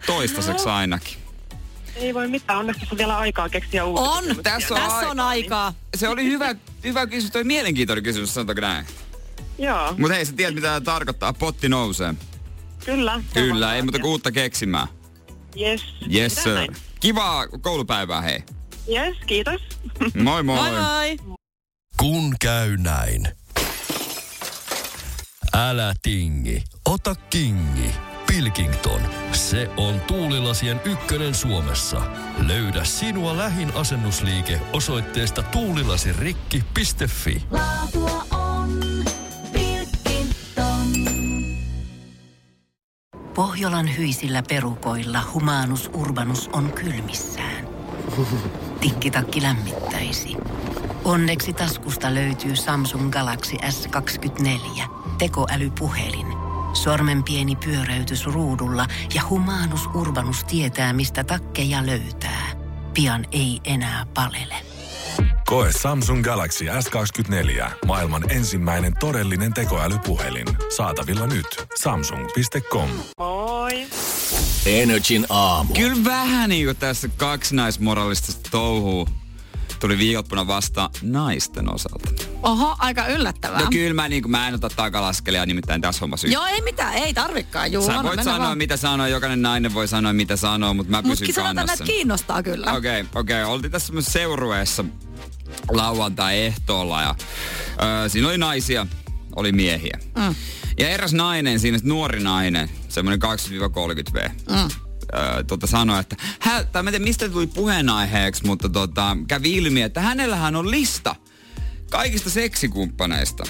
B: Toistaiseksi ainakin.
D: Ei voi mitään, onneksi tässä on vielä aikaa keksiä uutta.
C: On!
B: Tässä on
C: Tässä on aikaa.
B: Se oli hyvä, hyvä kysymys, toi mielenkiintoinen kysymys, sanotaanko näin.
D: Joo,
B: Mutta hei, sä tiedät mitä tää tarkoittaa, potti nousee.
D: kyllä.
B: Kyllä, ei muuta kuin uutta keksimään.
D: Yes.
B: Yes
D: Tehdään
B: sir.
D: näin.
B: Kivaa koulupäivää
C: <laughs>
B: hei.
D: Yes, kiitos.
B: Moi moi.
C: Moi moi!
E: Kun käy näin. Älä tingi, ota kingi. Pilkington, se on tuulilasien ykkönen Suomessa. Löydä sinua lähin asennusliike osoitteesta tuulilasirikki.fi.
F: Laatua on Pilkington.
G: Pohjolan hyisillä perukoilla humanus urbanus on kylmissään. Tikkitakki lämmittäisi. Onneksi taskusta löytyy Samsung Galaxy S24. Tekoälypuhelin. Sormen pieni pyöräytys ruudulla ja humanus urbanus tietää, mistä takkeja löytää. Pian ei enää palele.
H: Koe Samsung Galaxy S24. Maailman ensimmäinen todellinen tekoälypuhelin. Saatavilla nyt. Samsung.com.
D: Moi.
A: Energin aamu.
B: Kyllä vähän niinku tässä kaksinaismoralistista touhuu tuli viikonloppuna vasta naisten osalta.
C: Oho, aika yllättävää.
B: No kyllä mä, niinku, mä en ota takalaskelia nimittäin tässä hommassa yhtään.
C: Ah. Joo, ei mitään, ei tarvikaan, juu.
B: Sä
C: anna
B: voit
C: mennä
B: sanoa
C: vaan.
B: mitä sanoo, jokainen nainen voi sanoa mitä sanoo, mutta mä pysyn
C: Mutkin sanotaan, että
B: kannassa.
C: kiinnostaa kyllä.
B: Ah. Okei, okei. Oltiin tässä myös seurueessa lauantai-ehtoolla ja ö, siinä oli naisia, oli miehiä. Mm. Ja eräs nainen siinä, nuori nainen, semmoinen 20-30 V, mm. ö, tota sanoi, että hä, tai mä en tiedä, mistä tuli puheenaiheeksi, mutta tota, kävi ilmi, että hänellähän on lista kaikista seksikumppaneista.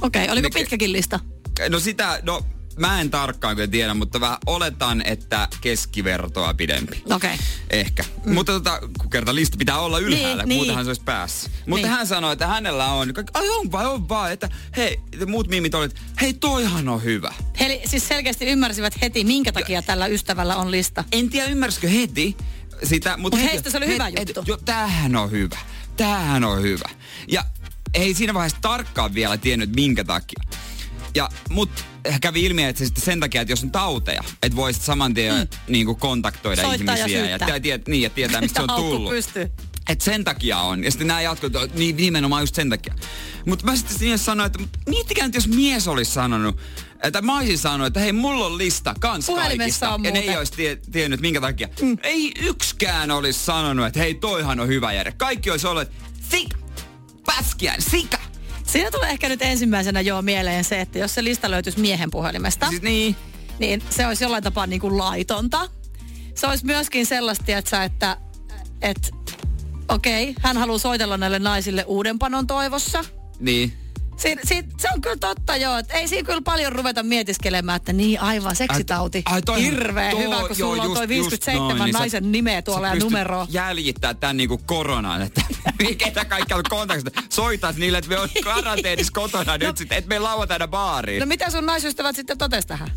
C: Okei, okay, oliko
B: Mikä-
C: pitkäkin lista?
B: No sitä, no mä en tarkkaan kyllä tiedä, mutta vähän oletan, että keskivertoa pidempi.
C: Okei. Okay.
B: Ehkä. Mm. Mutta tota, kun kerta lista pitää olla ylhäällä,
C: Niin,
B: niin, muutenhan
C: niin.
B: se olisi päässä. Mutta
C: Niin.
B: niin. hän sanoi, että hänellä on, kaikki, ai on vai, on vai, että hei, te muut miimit olivat, hei toihan on hyvä.
C: Eli siis selkeästi ymmärsivät heti, minkä takia tällä ystävällä on lista.
B: En tiedä ymmärsikö heti sitä, mutta
C: Mut heistä se oli hyvä juttu.
B: jo, tämähän on hyvä, tämähän on hyvä. Ja ei siinä vaiheessa tarkkaan vielä tiennyt, minkä takia. Ja mut kävi ilmi, että se sitten sen takia, että jos on tauteja, että voisit saman tien mm. niinku kontaktoida
C: Soittaa ja
B: ihmisiä ja,
C: syyttää.
B: ja, tiet, niin, ja tietää, mistä se on
C: Haukku
B: tullut.
C: pystyy.
B: Et sen takia on. Ja sitten nämä jatkoivat, että niin, nimenomaan just sen takia. Mutta mä sitten sinne sanoin, että mut miettikää nyt, jos mies olisi sanonut, että mä olisin sanonut, että hei, mulla on lista kans
C: Puhelimessa
B: kaikista.
C: on
B: ja ne ei
C: muuten.
B: olisi tie, tiennyt, minkä takia. Mm. Ei yksikään olisi sanonut, että hei, toihan on hyvä järje. Kaikki olisi ollut, että sik, päskiä, sika.
C: Siinä tulee ehkä nyt ensimmäisenä joo mieleen se, että jos se lista löytyisi miehen puhelimesta,
B: Siis niin.
C: niin se olisi jollain tapaa niin kuin laitonta. Se olisi myöskin sellaista, tiedätkö, että, että okei, hän haluaa soitella näille naisille uudenpanon toivossa.
B: Niin.
C: Si, si, se on kyllä totta joo, että ei siinä kyllä paljon ruveta mietiskelemään, että niin aivan seksitauti.
B: Ai- ai toi-
C: Hirveä
B: toi-
C: hyvä, kun
B: joo,
C: sulla on
B: just-
C: toi
B: just
C: 57
B: noin, niin sä-
C: naisen nimeä tuolla
B: sä
C: ja
B: pystyt
C: numeroa.
B: jäljittää tämän niinku koronan, että <laughs> ketä kaikki on kontaktista. Soitat niille, että me on karanteenissa kotona nyt sitten, et me lauantaina baariin.
C: No mitä sun naisystävät sitten totes tähän?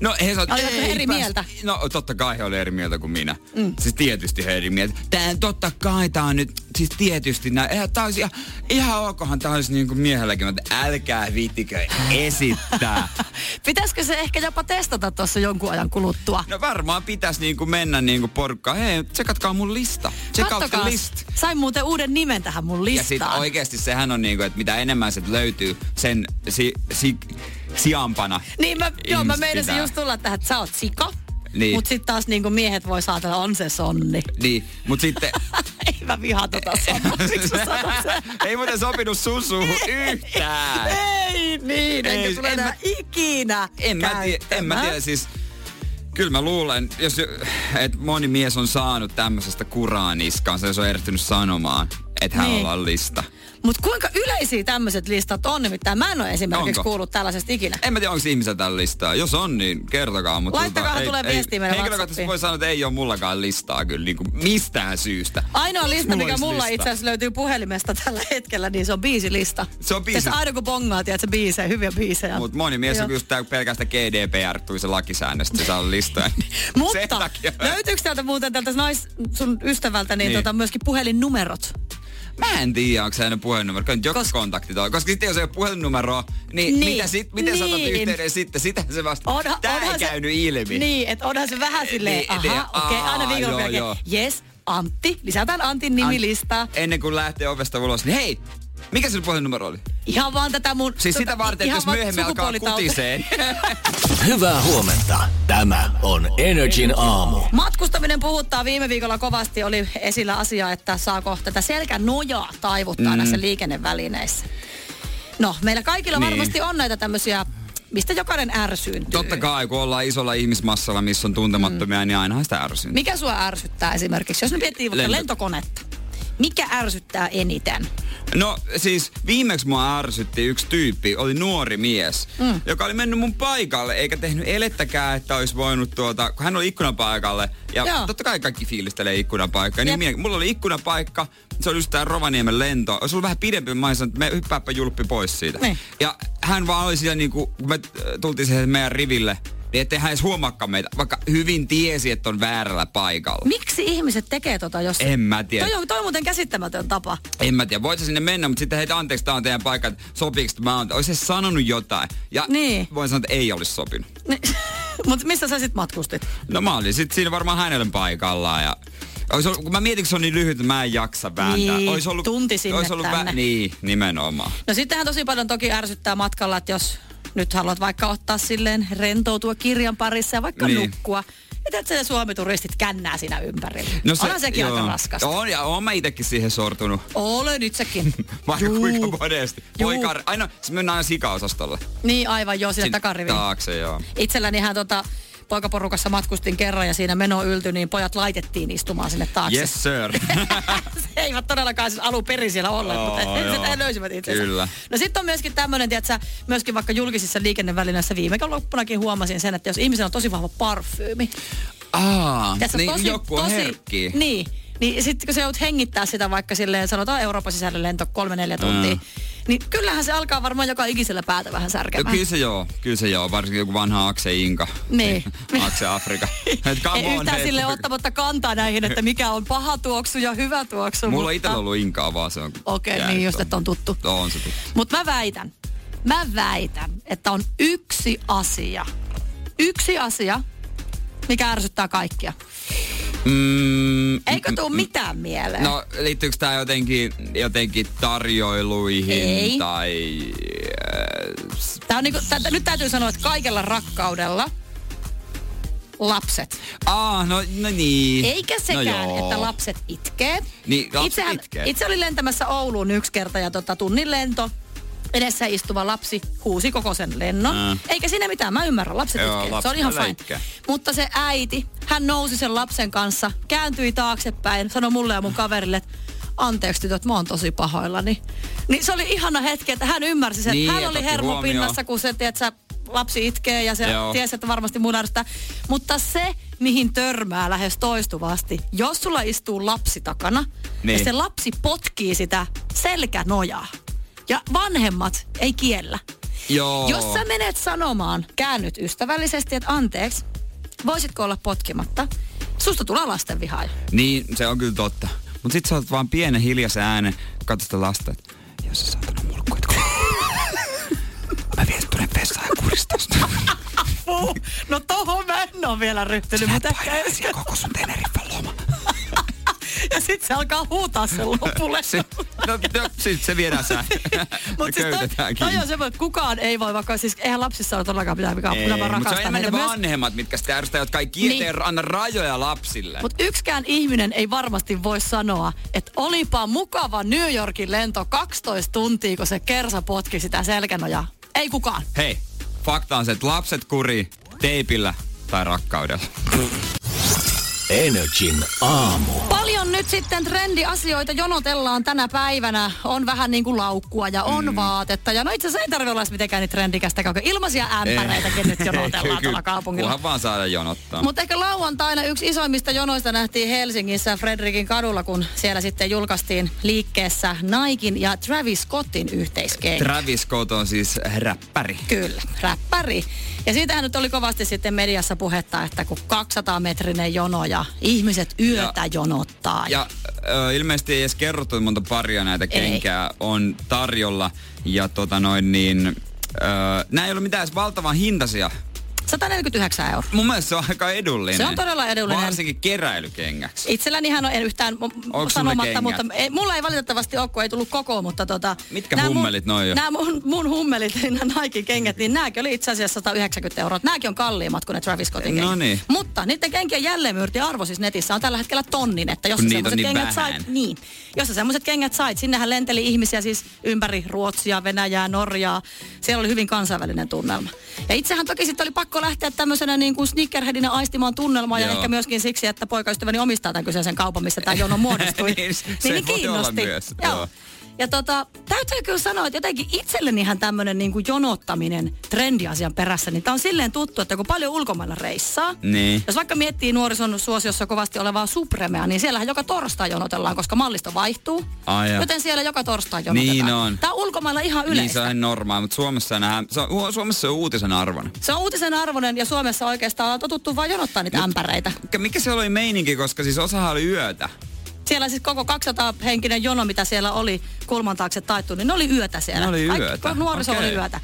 B: No he sanoi,
C: Olivatko he eri mieltä?
B: No totta kai he oli eri mieltä kuin minä. Mm. Siis tietysti he eri mieltä. Tää totta kai tää on nyt, siis tietysti näin. Eihän tää olisi ihan, ihan okohan tää olisi niin kuin miehelläkin, mutta älkää viittikö
C: <laughs>
B: esittää.
C: <laughs> Pitäisikö se ehkä jopa testata tuossa jonkun ajan kuluttua?
B: No varmaan pitäisi niinku mennä niinku porukkaan. Hei, tsekatkaa mun lista. Check out the
C: Kattokaas.
B: list.
C: Sain muuten uuden nimen tähän mun
B: Ja sit
C: listaan.
B: oikeesti sehän on niinku, että mitä enemmän sit löytyy, sen si, si, sijampana.
C: Niin mä, joo, mä
B: ihmiset
C: meinasin
B: pitää.
C: just tulla tähän, että sä oot sika.
B: Niin.
C: Mut sit taas niinku miehet voi saatella, on se sonni. <laughs>
B: Niin, mut sitten...
C: Ei mä vihaa tota sanaa, miksi sä sanot
B: <laughs>
C: sen?
B: Ei muuten sopinut susu yhtään.
C: Ei niin,
B: Ei,
C: eikä tule
B: en
C: enää
B: mä-
C: ikinä
B: En mä, tie, en mä
C: käyttämään.
B: tiedä, siis kyllä mä luulen, jos, että moni mies on saanut tämmöisestä kuraa niskaansa, jos on erehtynyt sanomaan, että hän
C: Niin.
B: niin. on lista.
C: Mut kuinka yleisiä tämmöiset listat on nimittäin? Mä en ole esimerkiksi
B: Onko?
C: kuullut tällaisesta ikinä.
B: En mä tiedä, onko ihmisellä tällä listaa. Jos on, niin kertokaa. Mutta
C: Laittakaa, tulee viestiä meille
B: Henkilökohtaisesti
C: WhatsAppiin.
B: voi sanoa, että ei ole mullakaan listaa kyllä niin kuin mistään syystä.
C: Ainoa lista,
B: Mulla
C: mikä
B: olisi
C: mulla
B: lista.
C: itse asiassa löytyy puhelimesta tällä hetkellä, niin se on biisilista.
B: Se on biisi-
C: Tässä aina kun bongaa, tiedät, se biisejä, hyviä biisejä.
B: Mutta moni mies on
C: Joo.
B: kyllä just tää pelkästään GDPR tuli se lakisäännöstä, se saa olla listaa. Sen
C: <laughs> Mutta
B: takia.
C: löytyykö täältä muuten tältä nais, sun ystävältä niin,
B: Niin.
C: Tota, myöskin puhelinnumerot?
B: Mä en tiedä, onko se aina puhelinnumero. Kyllä nyt joku
C: Kos-
B: kontakti toi. Koska sitten jos ei ole puhelinnumeroa, niin,
C: Niin,
B: niin. mitä sit, miten sä otat
C: niin.
B: yhteyden sitten? Sitä se vasta,
C: Onhan-
B: tää ei
C: onhan se-
B: käynyt ilmi.
C: Niin, että onhan se vähän silleen,
B: niin,
C: niin, aha,
B: niin,
C: okei, okay, aina
B: aa,
C: viikon
B: joo,
C: jälkeen.
B: joo.
C: Yes, Antti, lisätään Antin nimilistaa.
B: Ennen kuin lähtee ovesta ulos, niin hei, mikä se puhelinnumero oli?
C: Ihan vaan tätä mun...
B: Siis
C: tota,
B: sitä varten, että
C: ihan
B: jos
C: vaan
B: myöhemmin alkaa
C: sukupuolitauti-
B: kutiseen.
A: Hyvää huomenta. Tämä on Energin aamu.
C: Matkustaminen puhuttaa viime viikolla kovasti. Oli esillä asia, että saako tätä selkänojaa taivuttaa mm. näissä liikennevälineissä. No, meillä kaikilla
B: Niin.
C: niin. varmasti on näitä tämmöisiä, mistä jokainen ärsyyntyy.
B: Totta kai, kun ollaan isolla ihmismassalla, missä on tuntemattomia, mm. niin ainahan sitä ärsyntyy.
C: Mikä sua ärsyttää esimerkiksi? Jos me miettii vaikka
B: Lento-
C: lentokonetta. Mikä ärsyttää eniten?
B: No siis viimeksi mua ärsytti yksi tyyppi, oli nuori mies, mm. joka oli mennyt mun paikalle eikä tehnyt elettäkään, että olisi voinut tuota, kun hän oli ikkunapaikalle ja Joo.
C: Joo.
B: totta kai kaikki fiilistelee ikkunapaikkaa. Niin
C: Jep.
B: mie, mulla oli ikkunapaikka, se oli just tää Rovaniemen lento, olisi ollut vähän pidempi, mä sanoin, että me hyppääpä julppi pois siitä.
C: Niin.
B: Ja hän vaan oli siellä niinku, kun me äh, tultiin siihen meidän riville, niin ettei hän edes huomaakaan meitä, vaikka hyvin tiesi, että on väärällä paikalla.
C: Miksi ihmiset tekee tota, jos...
B: En mä tiedä.
C: Toi on, toi on muuten käsittämätön tapa. <laughs>
B: En mä tiedä, voit sä sinne mennä, mutta sitten heitä anteeksi, tää on teidän paikka, että sopiiko mä oon, ois se sanonut jotain. Ja
C: Niin.
B: voin sanoa, että ei olisi sopinut.
C: Mutta missä sä sit matkustit?
B: No mä olin sit siinä varmaan hänelle paikallaan ja Ois ollut, kun mä mietin, kun se on niin lyhyt, että mä en jaksa vääntää.
C: Niin,
B: Ois ollut,
C: tunti sinne
B: ois ollut
C: tänne.
B: niin, nimenomaan.
C: No sittenhän tosi paljon toki ärsyttää matkalla, että jos nyt haluat vaikka ottaa silleen rentoutua kirjan parissa ja vaikka
B: Niin.
C: niin. nukkua. Että et se suomituristit kännää siinä ympärillä.
B: No
C: Onhan sekin
B: joo.
C: aika raskasta.
B: On ja oon mä itekin siihen sortunut.
C: Olen
B: <laughs>
C: itsekin.
B: Vaikka
C: Juu.
B: kuinka monesti.
C: Juu.
B: Poika, aina, se mennään aina sikaosastolle.
C: Niin aivan joo, siinä
B: Sinne
C: takariviin.
B: Taakse, joo.
C: Itsellänihän tota, poikaporukassa matkustin kerran ja siinä meno ylty, niin pojat laitettiin istumaan sinne taakse.
B: Yes, sir.
C: <laughs> He eivät todellakaan siis alun perin siellä olleet,
B: Joo,
C: oh,
B: joo.
C: mutta he löysivät itsensä.
B: Kyllä.
C: No sitten on myöskin tämmöinen, tiedätkö, myöskin vaikka julkisissa liikennevälineissä viime loppunakin huomasin sen, että jos ihmisellä on tosi vahva parfyymi,
B: Aa,
C: Tässä
B: niin
C: on tosi,
B: joku on
C: tosi,
B: herkki.
C: Niin, niin sitten kun se joudut hengittää sitä vaikka silleen, sanotaan Euroopan sisällä lento kolme neljä tuntia,
B: Mm.
C: niin kyllähän se alkaa varmaan joka ikisellä päätä vähän
B: No,
C: särkemään.
B: kyllä se joo, kyllä se joo, varsinkin joku vanha Akse Inka.
C: Niin.
B: <laughs> Akse
C: <laughs>
B: Afrika. Et come
C: Ei
B: on,
C: yhtään
B: hei.
C: sille ottamatta kantaa näihin, että mikä on paha tuoksu ja hyvä tuoksu.
B: Mulla on
C: mutta-
B: itsellä ollut Inkaa vaan se on.
C: Okei,
B: jäänyt
C: niin just,
B: tuohon.
C: että on tuttu.
B: No, on se tuttu.
C: Mutta mä väitän, mä väitän, että on yksi asia, yksi asia, mikä ärsyttää kaikkia.
B: Mm,
C: Eikö tuu mitään mieleen?
B: no liittyykö tää jotenkin, jotenkin tarjoiluihin
C: Ei.
B: tai... Äh, s-
C: Tää on niinku, tätä, nyt täytyy sanoa, että kaikella rakkaudella lapset.
B: aa, no, no niin.
C: Eikä sekään,
B: joo.
C: no että lapset itkee.
B: Niin, lapset itkee.
C: Itse oli lentämässä Ouluun yksi kerta ja tota, tunnin lento. Edessä istuva lapsi huusi koko sen lennon.
B: Mm.
C: Mm. Eikä siinä mitään, mä ymmärrän, lapset
B: Joo,
C: itkee.
B: lapset
C: se on ihan
B: kyllä
C: fine.
B: itkee.
C: Mutta se äiti, hän nousi sen lapsen kanssa, kääntyi taaksepäin, sanoi mulle ja mun kaverille, että anteeksi tytöt, mä oon tosi pahoillani. Niin se oli ihana hetki, että hän ymmärsi sen.
B: Niin,
C: hän
B: ja
C: oli
B: otti
C: hermopinnassa,
B: huomioon.
C: kun se, tiedät, sä, lapsi itkee ja se
B: Joo.
C: tiesi, että varmasti mun ärsyttää. Mutta se, mihin törmää lähes toistuvasti, jos sulla istuu lapsi takana ja
B: Niin.
C: se lapsi potkii sitä selkänojaa ja vanhemmat ei kiellä.
B: Joo.
C: Jos sä menet sanomaan, käännyt ystävällisesti, että anteeksi, voisitko olla potkimatta? Susta tulee lasten vihaaja.
B: Niin, se on kyllä totta. Mut sit sä oot vaan pienen hiljaisen äänen, katso sitä lasta, et, jos sä saatana mulkku, et kun... <laughs> Mä vien tuonne vessaan ja kuristan
C: <laughs>
B: sut.
C: Puu. No tohon mä en oo vielä ryhtynyt.
B: Mä
C: Mitä
B: painaa siihen koko sun Teneriffan loma.
C: Ja sit se alkaa huutaa sen lopulle.
B: <laughs> Sit, no, no, sit se viedään sään.
C: <laughs> Mut siis toi, toi on semmoinen, että kukaan ei voi, vaikka siis eihän lapsissa ole todellakaan pitää mikä pitää
B: mutta se on
C: rakastaa
B: enemmän
C: heitä.
B: ne
C: Myös,
B: vanhemmat, mitkä sitä ärsyttää, jotka ei kieltä
C: Niin.
B: niin. anna rajoja lapsille.
C: mutta yksikään ihminen ei varmasti voi sanoa, että olipa mukava New Yorkin lento 12 tuntia, kun se kersa potki sitä selkänojaa. Ei kukaan.
B: Hei, fakta on se, että lapset kuri teipillä tai rakkaudella.
A: Energin aamu.
C: Paljon nyt sitten trendiasioita jonotellaan tänä päivänä. On vähän niin kuin laukkua ja on mm. vaatetta. Ja no itse asiassa ei tarvitse olla edes mitenkään niin trendikästä, koska ilmaisia
B: <laughs>
C: ämpäreitäkin nyt
B: Kyllä,
C: jonotellaan tuolla
B: kyllä.
C: kaupungilla.
B: Kunhan vaan saada jonottaa.
C: Mutta ehkä lauantaina yksi isoimmista jonoista nähtiin Helsingissä Fredrikin kadulla, kun siellä sitten julkaistiin liikkeessä Naikin ja Travis Scottin yhteiskeino.
B: Travis Scott on siis räppäri.
C: Kyllä, räppäri. Ja siitähän nyt oli kovasti sitten mediassa puhetta, että kun 200-metrinen jono ja ihmiset yötä ja,
B: Ja-
C: jonottaa. Ja,
B: Ja ö, ilmeisesti ei edes kerrottu, monta paria näitä kenkää on tarjolla. Ja tota noin niin... Öö, nämä ei ole mitään edes valtavan hintaisia.
C: 149 euroa.
B: Mun mielestä se on aika edullinen.
C: Se on todella edullinen.
B: Varsinkin keräilykengäksi.
C: Itsellänihän on en yhtään
B: sulla
C: Onko sanomatta,
B: kengät?
C: mutta ei, mulla ei valitettavasti ole, kun ei tullut koko, mutta tota...
B: Mitkä
C: nää
B: hummelit
C: mun,
B: noi on?
C: Nämä mun, mun hummelit, <laughs> nämä Nike kengät, niin nämäkin oli itse asiassa 190 euroa. Nämäkin on kalliimmat kuin ne Travis Scottin kengät.
B: No niin.
C: Mutta niiden kenkien jälleenmyyrtin arvo siis netissä on tällä hetkellä tonnin, että jos
B: Kun
C: sä
B: niitä on
C: semmoset
B: niin
C: kengät
B: vähän.
C: sait, niin. Jos sä semmoiset kengät sait, sinnehän lenteli ihmisiä siis ympäri Ruotsia, Venäjää, Norjaa. Siellä oli hyvin kansainvälinen tunnelma. Ja itsehän toki sitten oli pakko lähteä tämmöisenä niin kuin sneakerheadinä aistimaan tunnelmaa ja
B: Joo.
C: ehkä myöskin siksi, että poikaystäväni omistaa tämän kyseisen kaupan, missä tämä jono muodostui.
B: <laughs> Niin, se voi olla myös,
C: Joo.
B: joo.
C: Ja tota, täytyy kyllä sanoa, että jotenkin itsellenihän tämmöinen niin kuin jonottaminen trendiasian perässä, niin tämä on silleen tuttu, että kun paljon ulkomailla reissaa,
B: Niin.
C: jos vaikka miettii nuorison suosiossa kovasti olevaa supremea, niin siellähän joka torstai jonotellaan, koska mallisto vaihtuu.
B: Ai jaa.
C: joten siellä joka torstai jonotetaan.
B: Niin on.
C: Tämä on ulkomailla ihan
B: Niin se
C: yleistä.
B: on ihan normaali, mutta Suomessa, nähdään, se on, Suomessa se on uutisen arvon.
C: se on uutisen arvoinen ja Suomessa oikeastaan on totuttu vain jonottaa niitä ämpäreitä.
B: Mikä se oli meininki, koska siis osahan oli yötä.
C: Siellä siis koko 200 henkinen jono, mitä siellä oli kulman taakse taittu, niin ne oli yötä siellä.
B: Ne oli
C: Kaikki-
B: yötä.
C: koko nuoriso
B: Okei.
C: oli yötä.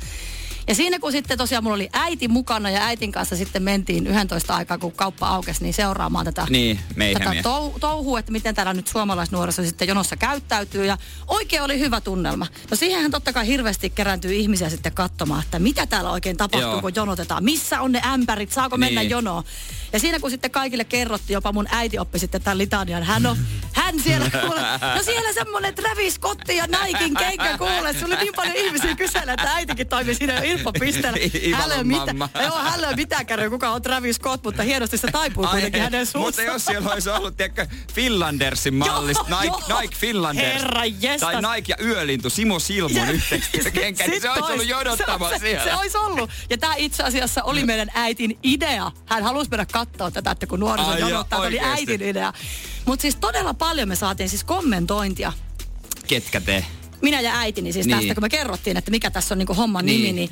C: Ja siinä kun sitten tosiaan mulla oli äiti mukana ja äitin kanssa sitten mentiin 11 aikaa, kun kauppa aukesi, niin seuraamaan tätä,
B: Niin,
C: tätä
B: meihämiä.
C: tou- touhua, että miten täällä nyt suomalaisnuoriso sitten jonossa käyttäytyy. Ja oikein oli hyvä tunnelma. No siihenhän totta kai hirveästi kerääntyy ihmisiä sitten katsomaan, että mitä täällä oikein tapahtuu,
B: Joo.
C: kun jonotetaan. Missä on ne ämpärit, saako
B: Niin.
C: mennä jonoon. Ja siinä kun sitten kaikille kerrottiin, jopa mun äiti oppi sitten tämän litanian. Hän on, hän siellä kuule, no siellä semmonen Travis Scott ja Naikin kenkä kuule. Sulla oli niin paljon ihmisiä kysellä, että äitikin toimi siinä
B: <laughs>
C: infopisteellä.
B: Ivalon
C: Hälö
B: mamma.
C: mitä, joo, hälö mitään kärryä, kuka on Travis Scott, mutta hienosti se taipuu kuitenkin hänen suustaan.
B: Mutta jos siellä olisi ollut, tiedätkö, Finlandersin mallista,
C: Joo,
B: Nike,
C: joo.
B: Nike Finlanders.
C: Herra jestas.
B: Tai Nike ja Yölintu, Simo Silmun yhteistyökenkä, niin
C: <laughs> Sit
B: se olisi ollut
C: ois-
B: jodottava
C: se, se-
B: siellä. Mm.
C: Se olisi ollut. Ja tämä itse asiassa oli meidän äitin idea. Hän halusi mennä katsoa tätä, että kun nuoriso
B: Ai jaa,
C: jonottaa, tämä oli
B: oikeesti.
C: äitin idea. Mutta siis todella paljon me saatiin siis kommentointia.
B: Ketkä te?
C: Minä ja äitini siis
B: Niin.
C: tästä, kun me kerrottiin, että mikä tässä on niinku homman
B: Niin.
C: nimi, niin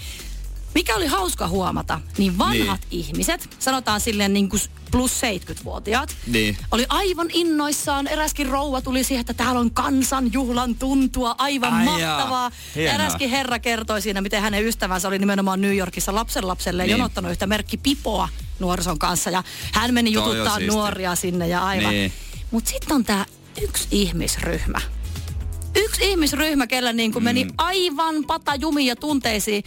C: mikä oli hauska huomata, niin vanhat ihmiset, sanotaan silleen niin kuin plus 70-vuotiaat,
B: Niin.
C: oli aivan innoissaan. Eräskin rouva tuli siihen, että täällä on kansanjuhlan tuntua, aivan
B: Ai jaa,
C: mahtavaa. Ja
B: hienoa.
C: eräskin herra kertoi siinä, miten hänen ystävänsä oli nimenomaan New Yorkissa lapsenlapselle niin.
B: Niin.
C: jonottanut yhtä merkki pipoa nuorison kanssa. Ja hän meni
B: Toi on
C: jututtaa
B: siistiä.
C: nuoria sinne ja aivan. Niin.
B: Niin.
C: Mutta sitten on tämä yksi ihmisryhmä, yksi ihmisryhmä, kellä niin kuin
B: Mm.
C: meni aivan patajumia tunteisiin.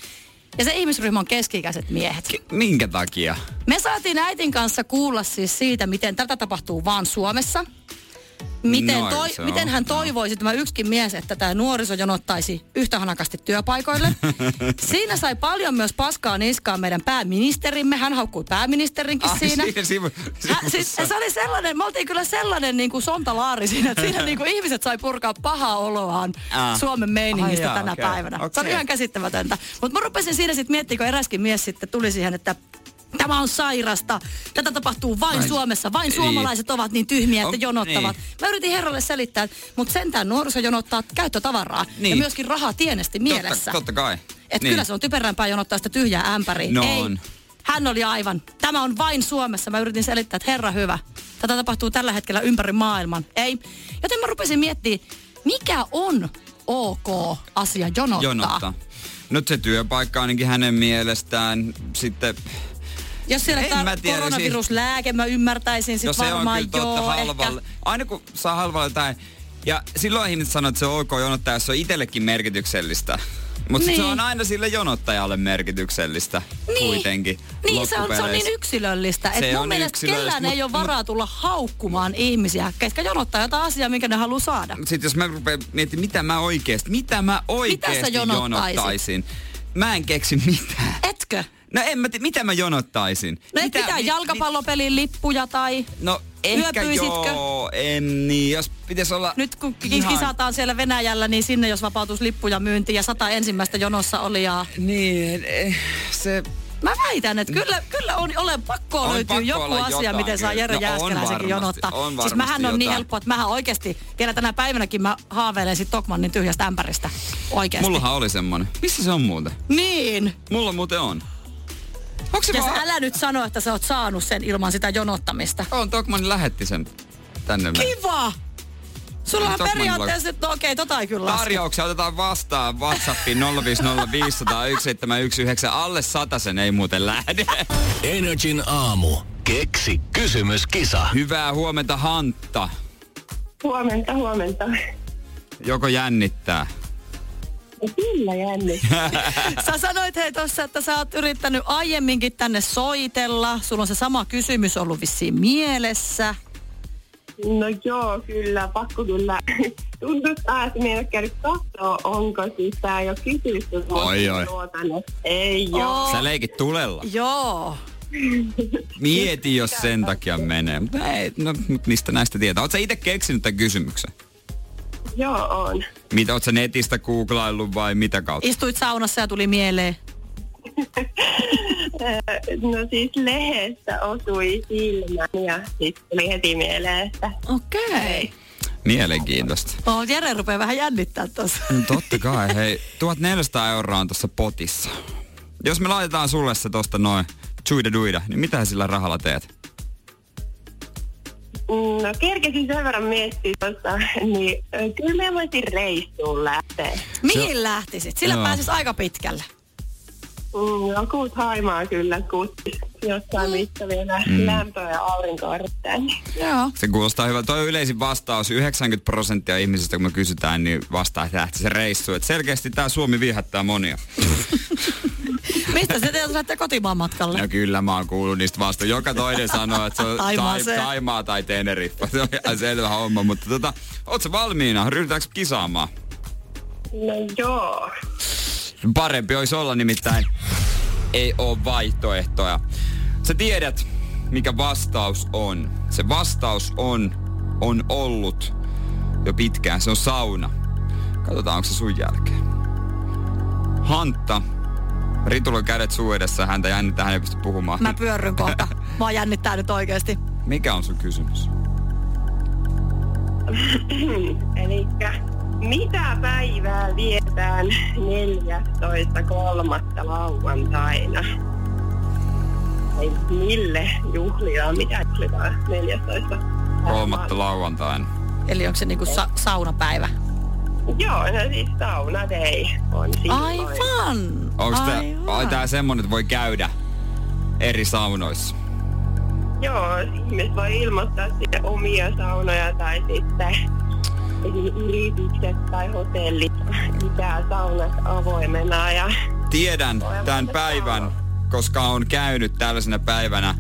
C: Ja se ihmisryhmä on keski-ikäiset miehet.
B: Minkä takia?
C: Me saatiin äitin kanssa kuulla siis siitä, miten tätä tapahtuu vaan Suomessa. Miten,
B: Noin
C: toi,
B: se on,
C: miten hän toivoisi tämä yksikin mies, että tämä nuoriso jonottaisi yhtä hanakasti
B: <laughs>
C: työpaikoille? Siinä sai paljon myös paskaa niskaan meidän pääministerimme. Hän haukkui pääministerinkin
B: Ai,
C: siinä.
B: siinä sivu-
C: Hän, siis,
B: sivussa.
C: se oli sellainen, me oltiin kyllä sellainen niin kuin sontalaari siinä, että
B: <laughs>
C: siinä niin kuin ihmiset sai purkaa pahaa oloaan
B: Ah.
C: Suomen meiningistä
B: Ai jaa,
C: tänä
B: okei,
C: päivänä. Se oli
B: okei.
C: ihan käsittämätöntä. Mutta mä rupesin siinä sitten miettimään, kun eräskin mies sitten tuli siihen, että Tämä on sairasta. Tätä tapahtuu vain
B: Ai,
C: Suomessa. Vain
B: niin.
C: suomalaiset ovat niin tyhmiä, että
B: On-
C: jonottavat.
B: niin.
C: Mä yritin herralle selittää, mutta sentään nuoriso jonottaa käyttötavaraa ja
B: Niin.
C: myöskin rahaa tienesti mielessä.
B: Totta, totta kai.
C: Et niin. kyllä se on typerämpää jonottaa sitä tyhjää ämpäriä.
B: No
C: Ei.
B: on.
C: Hän oli aivan. Tämä on vain Suomessa. Mä yritin selittää, että herra hyvä. Tätä tapahtuu tällä hetkellä ympäri maailman. Ei. Joten mä rupesin miettimään, mikä on ok asia jonottaa.
B: jonottaa. Nyt se työpaikka ainakin hänen mielestään sitten...
C: Jos siellä
B: En mä
C: tar-
B: tiedä,
C: koronaviruslääke, mä ymmärtäisin
B: no
C: sit
B: se on kyllä
C: varmaan
B: totta
C: joo,
B: halvalla.
C: ehkä.
B: Aina kun saa halvalla jotain... Ja silloin ihmiset sanoo, että se on ok jonottaa, jos se on itsellekin merkityksellistä. Mutta
C: Niin.
B: se on aina sille jonottajalle merkityksellistä kuitenkin
C: Niin, se on, se on niin
B: loppupeleissä.
C: yksilöllistä.
B: Se
C: Että mun
B: on
C: mielestä
B: yksilöllistä,
C: kellään
B: mut-
C: ei ole varaa tulla haukkumaan ihmisiä, ketkä jonottaa jotain asiaa, minkä ne haluaa saada.
B: sitten jos mä rupean miettimään, mitä mä oikeesti, mitä mä oikeesti
C: jonottaisit?
B: jonottaisin. Mä en keksi mitään.
C: Etkö?
B: No en mä, ti- mitä mä jonottaisin?
C: No et
B: mitä,
C: mitään
B: mi-
C: jalkapallopelin lippuja tai...
B: mi- No ehkä
C: Yöpyisitkö?
B: joo, en niin, jos pitäisi olla...
C: Nyt kun ki-
B: ihan-
C: kisataan siellä Venäjällä, niin sinne jos vapautus lippuja myynti ja sata ensimmäistä jonossa oli ja...
B: Niin, eh, se...
C: Mä väitän, että kyllä, kyllä on, ole pakko
B: On
C: löytyy
B: pakko
C: joku
B: olla
C: asia,
B: jotain
C: miten saa
B: kyllä.
C: Jere
B: No on
C: Jääskeläisenkin
B: varmasti,
C: jonottaa.
B: on
C: siis
B: varmasti
C: mähän on niin
B: jotain.
C: helppoa, että mähän oikeasti, vielä tänä päivänäkin mä haaveilen sit Tokmannin tyhjästä ämpäristä. Oikeasti.
B: Mullahan oli semmonen. Missä se on muuten?
C: Niin.
B: Mulla muuten on. Onko se
C: Ja sä
B: vaan...
C: älä nyt sano, että sä oot saanut sen ilman sitä jonottamista.
B: On, Tokman lähetti sen tänne. meille.
C: Kiva! Sulla on
B: Tokmanilla-
C: periaatteessa nyt, no okei, tota ei kyllä laske.
B: Tarjouksia otetaan vastaan WhatsAppiin 050501719. Alle sen ei muuten lähde.
A: Energin aamu. Keksi kysymyskisa.
B: Hyvää huomenta Hantta.
D: Huomenta, huomenta.
B: Joko jännittää?
D: Kyllä <laughs> jännittää.
C: Sä sanoit hei tossa, että sä oot yrittänyt aiemminkin tänne soitella. Sulla on se sama kysymys ollut vissiin mielessä.
D: No joo, kyllä, pakko kyllä. <laughs> Tuntuu taas, että minä en ole käynyt katsoa, onko siis tää jo kysytty, mutta
B: Oi, oi.
D: luotan, että ei oo.
C: Oh.
B: Sä leikit tulella.
C: Joo.
B: Mieti, jos sen takia menee. Mutta ei, no, mut mistä näistä tietää? Oletko itse keksinyt tämän kysymyksen?
D: Joo, on.
B: Mitä, ootko netistä googlaillut vai mitä kautta?
C: Istuit saunassa ja tuli mieleen.
D: No siis lehdestä osui silmän ja sitten tuli heti mieleen, että
C: Okei.
B: Mielenkiintoista.
C: Oh, Jere rupeaa vähän jännittää tossa.
B: No totta kai, hei. 1400 euroa on tuossa potissa. Jos me laitetaan sulle se tosta noin, chuida duida, niin mitä sillä rahalla teet?
D: mm, no kerkesin sen verran miettiä tuossa, <laughs> niin ö, kyllä mä voisin reissuun lähteä.
C: Mihin lähtisit? Sillä
B: Joo.
C: pääsis aika pitkälle.
D: Mm, no kuut haimaa kyllä, kuut jossain missä vielä mm. lämpöä ja aurinkoa riittää. niin.
C: Joo.
B: Se kuulostaa hyvältä. Toi on yleisin vastaus. 90 prosenttia ihmisistä, kun me kysytään, niin vastaa, että lähti se reissu. Et selkeästi tämä Suomi viehättää monia.
C: Mistä se teet, lähtee kotimaan matkalle?
B: No kyllä mä oon kuullut niistä vasta. Joka toinen sanoo, että se on
C: Taimaa
B: tai,
C: se.
B: Taimaa tai Teneriffa. Se on ihan selvä homma. Mutta tota, oot sä valmiina? Ryhdytäänkö kisaamaan?
D: No joo.
B: Parempi olisi olla nimittäin. Ei oo vaihtoehtoja. Sä tiedät, mikä vastaus on. Se vastaus on, on ollut jo pitkään. Se on sauna. Katsotaan, onko se sun jälkeen. Hantta. Ritulla kädet suu edessä, häntä jännittää, hän ei pysty puhumaan.
C: Mä pyörryn kohta. Mua jännittää nyt oikeesti.
B: Mikä on sun kysymys?
D: Eli mitä päivää vietään 14.3. lauantaina? Ei, mille juhlitaan? Mitä juhlitaan 14.
B: Kolmatta lauantaina.
C: Eli onko se niinku sa- saunapäivä?
D: Joo, no siis sauna day on silloin.
C: Aivan!
B: Onks tää, ai
C: Aivan.
B: tää semmonen, että voi käydä eri saunoissa?
D: Joo, ihmiset voi ilmoittaa sitten omia saunoja tai sitten esim. yritykset tai hotellit pitää saunat avoimena ja
B: tiedän tämän päivän, koska on käynyt tällaisena päivänä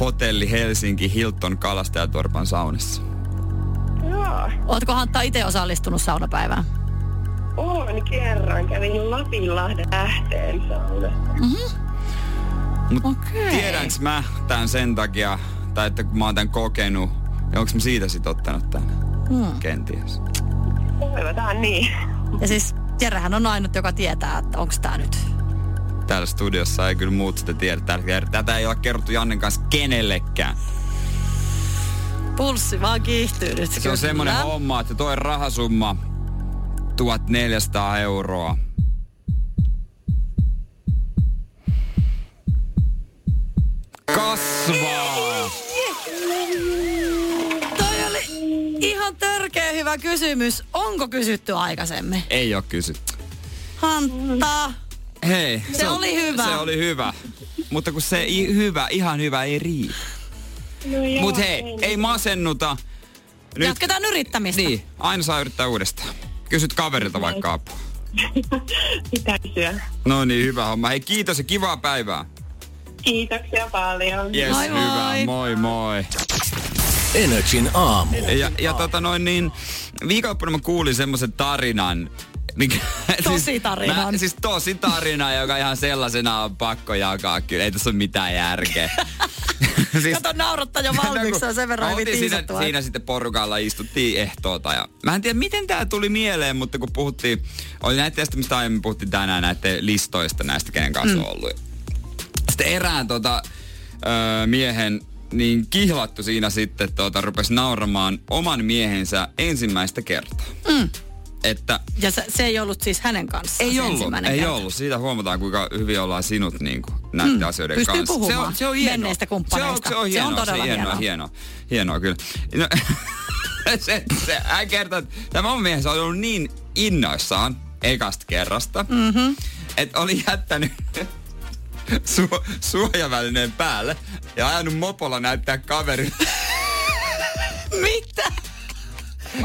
B: hotelli Helsinki Hilton Kalastajatorpan saunassa.
D: joo,
C: Ootko Hantta itse osallistunut saunapäivään?
D: Oon kerran, kävin Lapinlahden lähteen saunassa.
B: Mut
C: Okei.
B: tiedänkö mä tämän sen takia, tai että kun mä oon tämän kokenut, ja onko mä siitä sit ottanut tämän? Hmm. Kenties.
D: Toivotaan niin.
C: Ja siis Jerrehän on ainut, joka tietää, että onko tämä nyt.
B: Täällä studiossa ei kyllä muut sitä tiedä. Tällä kertaa- Tätä ei ole kerrottu Jannen kanssa kenellekään.
C: Pulssi vaan kiihtyy nyt.
B: Se on semmonen homma, että toi rahasumma 1400 euroa. Kasvaa!
C: Toi oli ihan törkeä hyvä kysymys. Onko kysytty aikaisemmin?
B: Ei oo kysytty.
C: Hantta.
B: Hei,
C: Se
B: on-
C: oli hyvä.
B: Se oli hyvä. Mutta kun se i- hyvä, ihan hyvä ei riitä.
D: No joo,
B: Mut hei, ei masennuta.
C: Nyt. Jatketaan yrittämistä.
B: Niin, aina saa yrittää uudestaan. Kysyt
C: Niin.
B: kaverilta vaikka apua.
D: Mitä syö?
B: No niin, hyvä homma. Hei, kiitos ja kivaa päivää.
D: Kiitoksia paljon.
B: Yes,
C: Moi moi.
B: hyvä. Moi moi.
A: Energin aamu.
B: Ja, ja tota noin niin, viikonloppuna mä kuulin semmoisen tarinan, mikä,
C: Tosi tarinan.
B: Mä, siis tosi tarina, joka ihan sellaisena on pakko jakaa kyllä. Ei tässä ole mitään
C: <laughs>
B: järkeä. siis,
C: Kato naurattaa jo valmiiksi, se on sen verran
B: Mä
C: hyvin
B: oltiin siinä,
C: tiisattua.
B: siinä sitten porukalla istuttiin ehtoota. Ja mä en tiedä, miten tää tuli mieleen, mutta kun puhuttiin, oli näitä teistä, mistä aiemmin puhuttiin tänään, näiden listoista näistä, kenen kanssa mm. on ollut. Sitten erään tota, ö, miehen niin kihlattu siinä sitten tota, rupesi nauramaan oman miehensä ensimmäistä kertaa. Mm. Että
C: Ja se, se ei ollut siis hänen kanssaan
B: ei
C: se
B: ollut,
C: ensimmäinen
B: ei
C: kerta. Hmm.
B: ollut. Siitä huomataan, kuinka hyvin ollaan sinut niin kuin, näiden mm, asioiden
C: pystyy
B: kanssa. Se
C: puhumaan
B: on, se on hienoa.
C: menneistä kumppaneista.
B: Se on, se on
C: Se on
B: hienoa,
C: todella
B: se hienoa,
C: hienoa.
B: hienoa. Hienoa kyllä. No, <laughs> se, se, hän kertoo, että tämä mun miehensä on ollut niin innoissaan ekasta kerrasta, mm-hmm. että oli jättänyt <laughs> su- suojavälineen päälle ja ajanut mopolla näyttää kaverille. <laughs>
C: Mitä?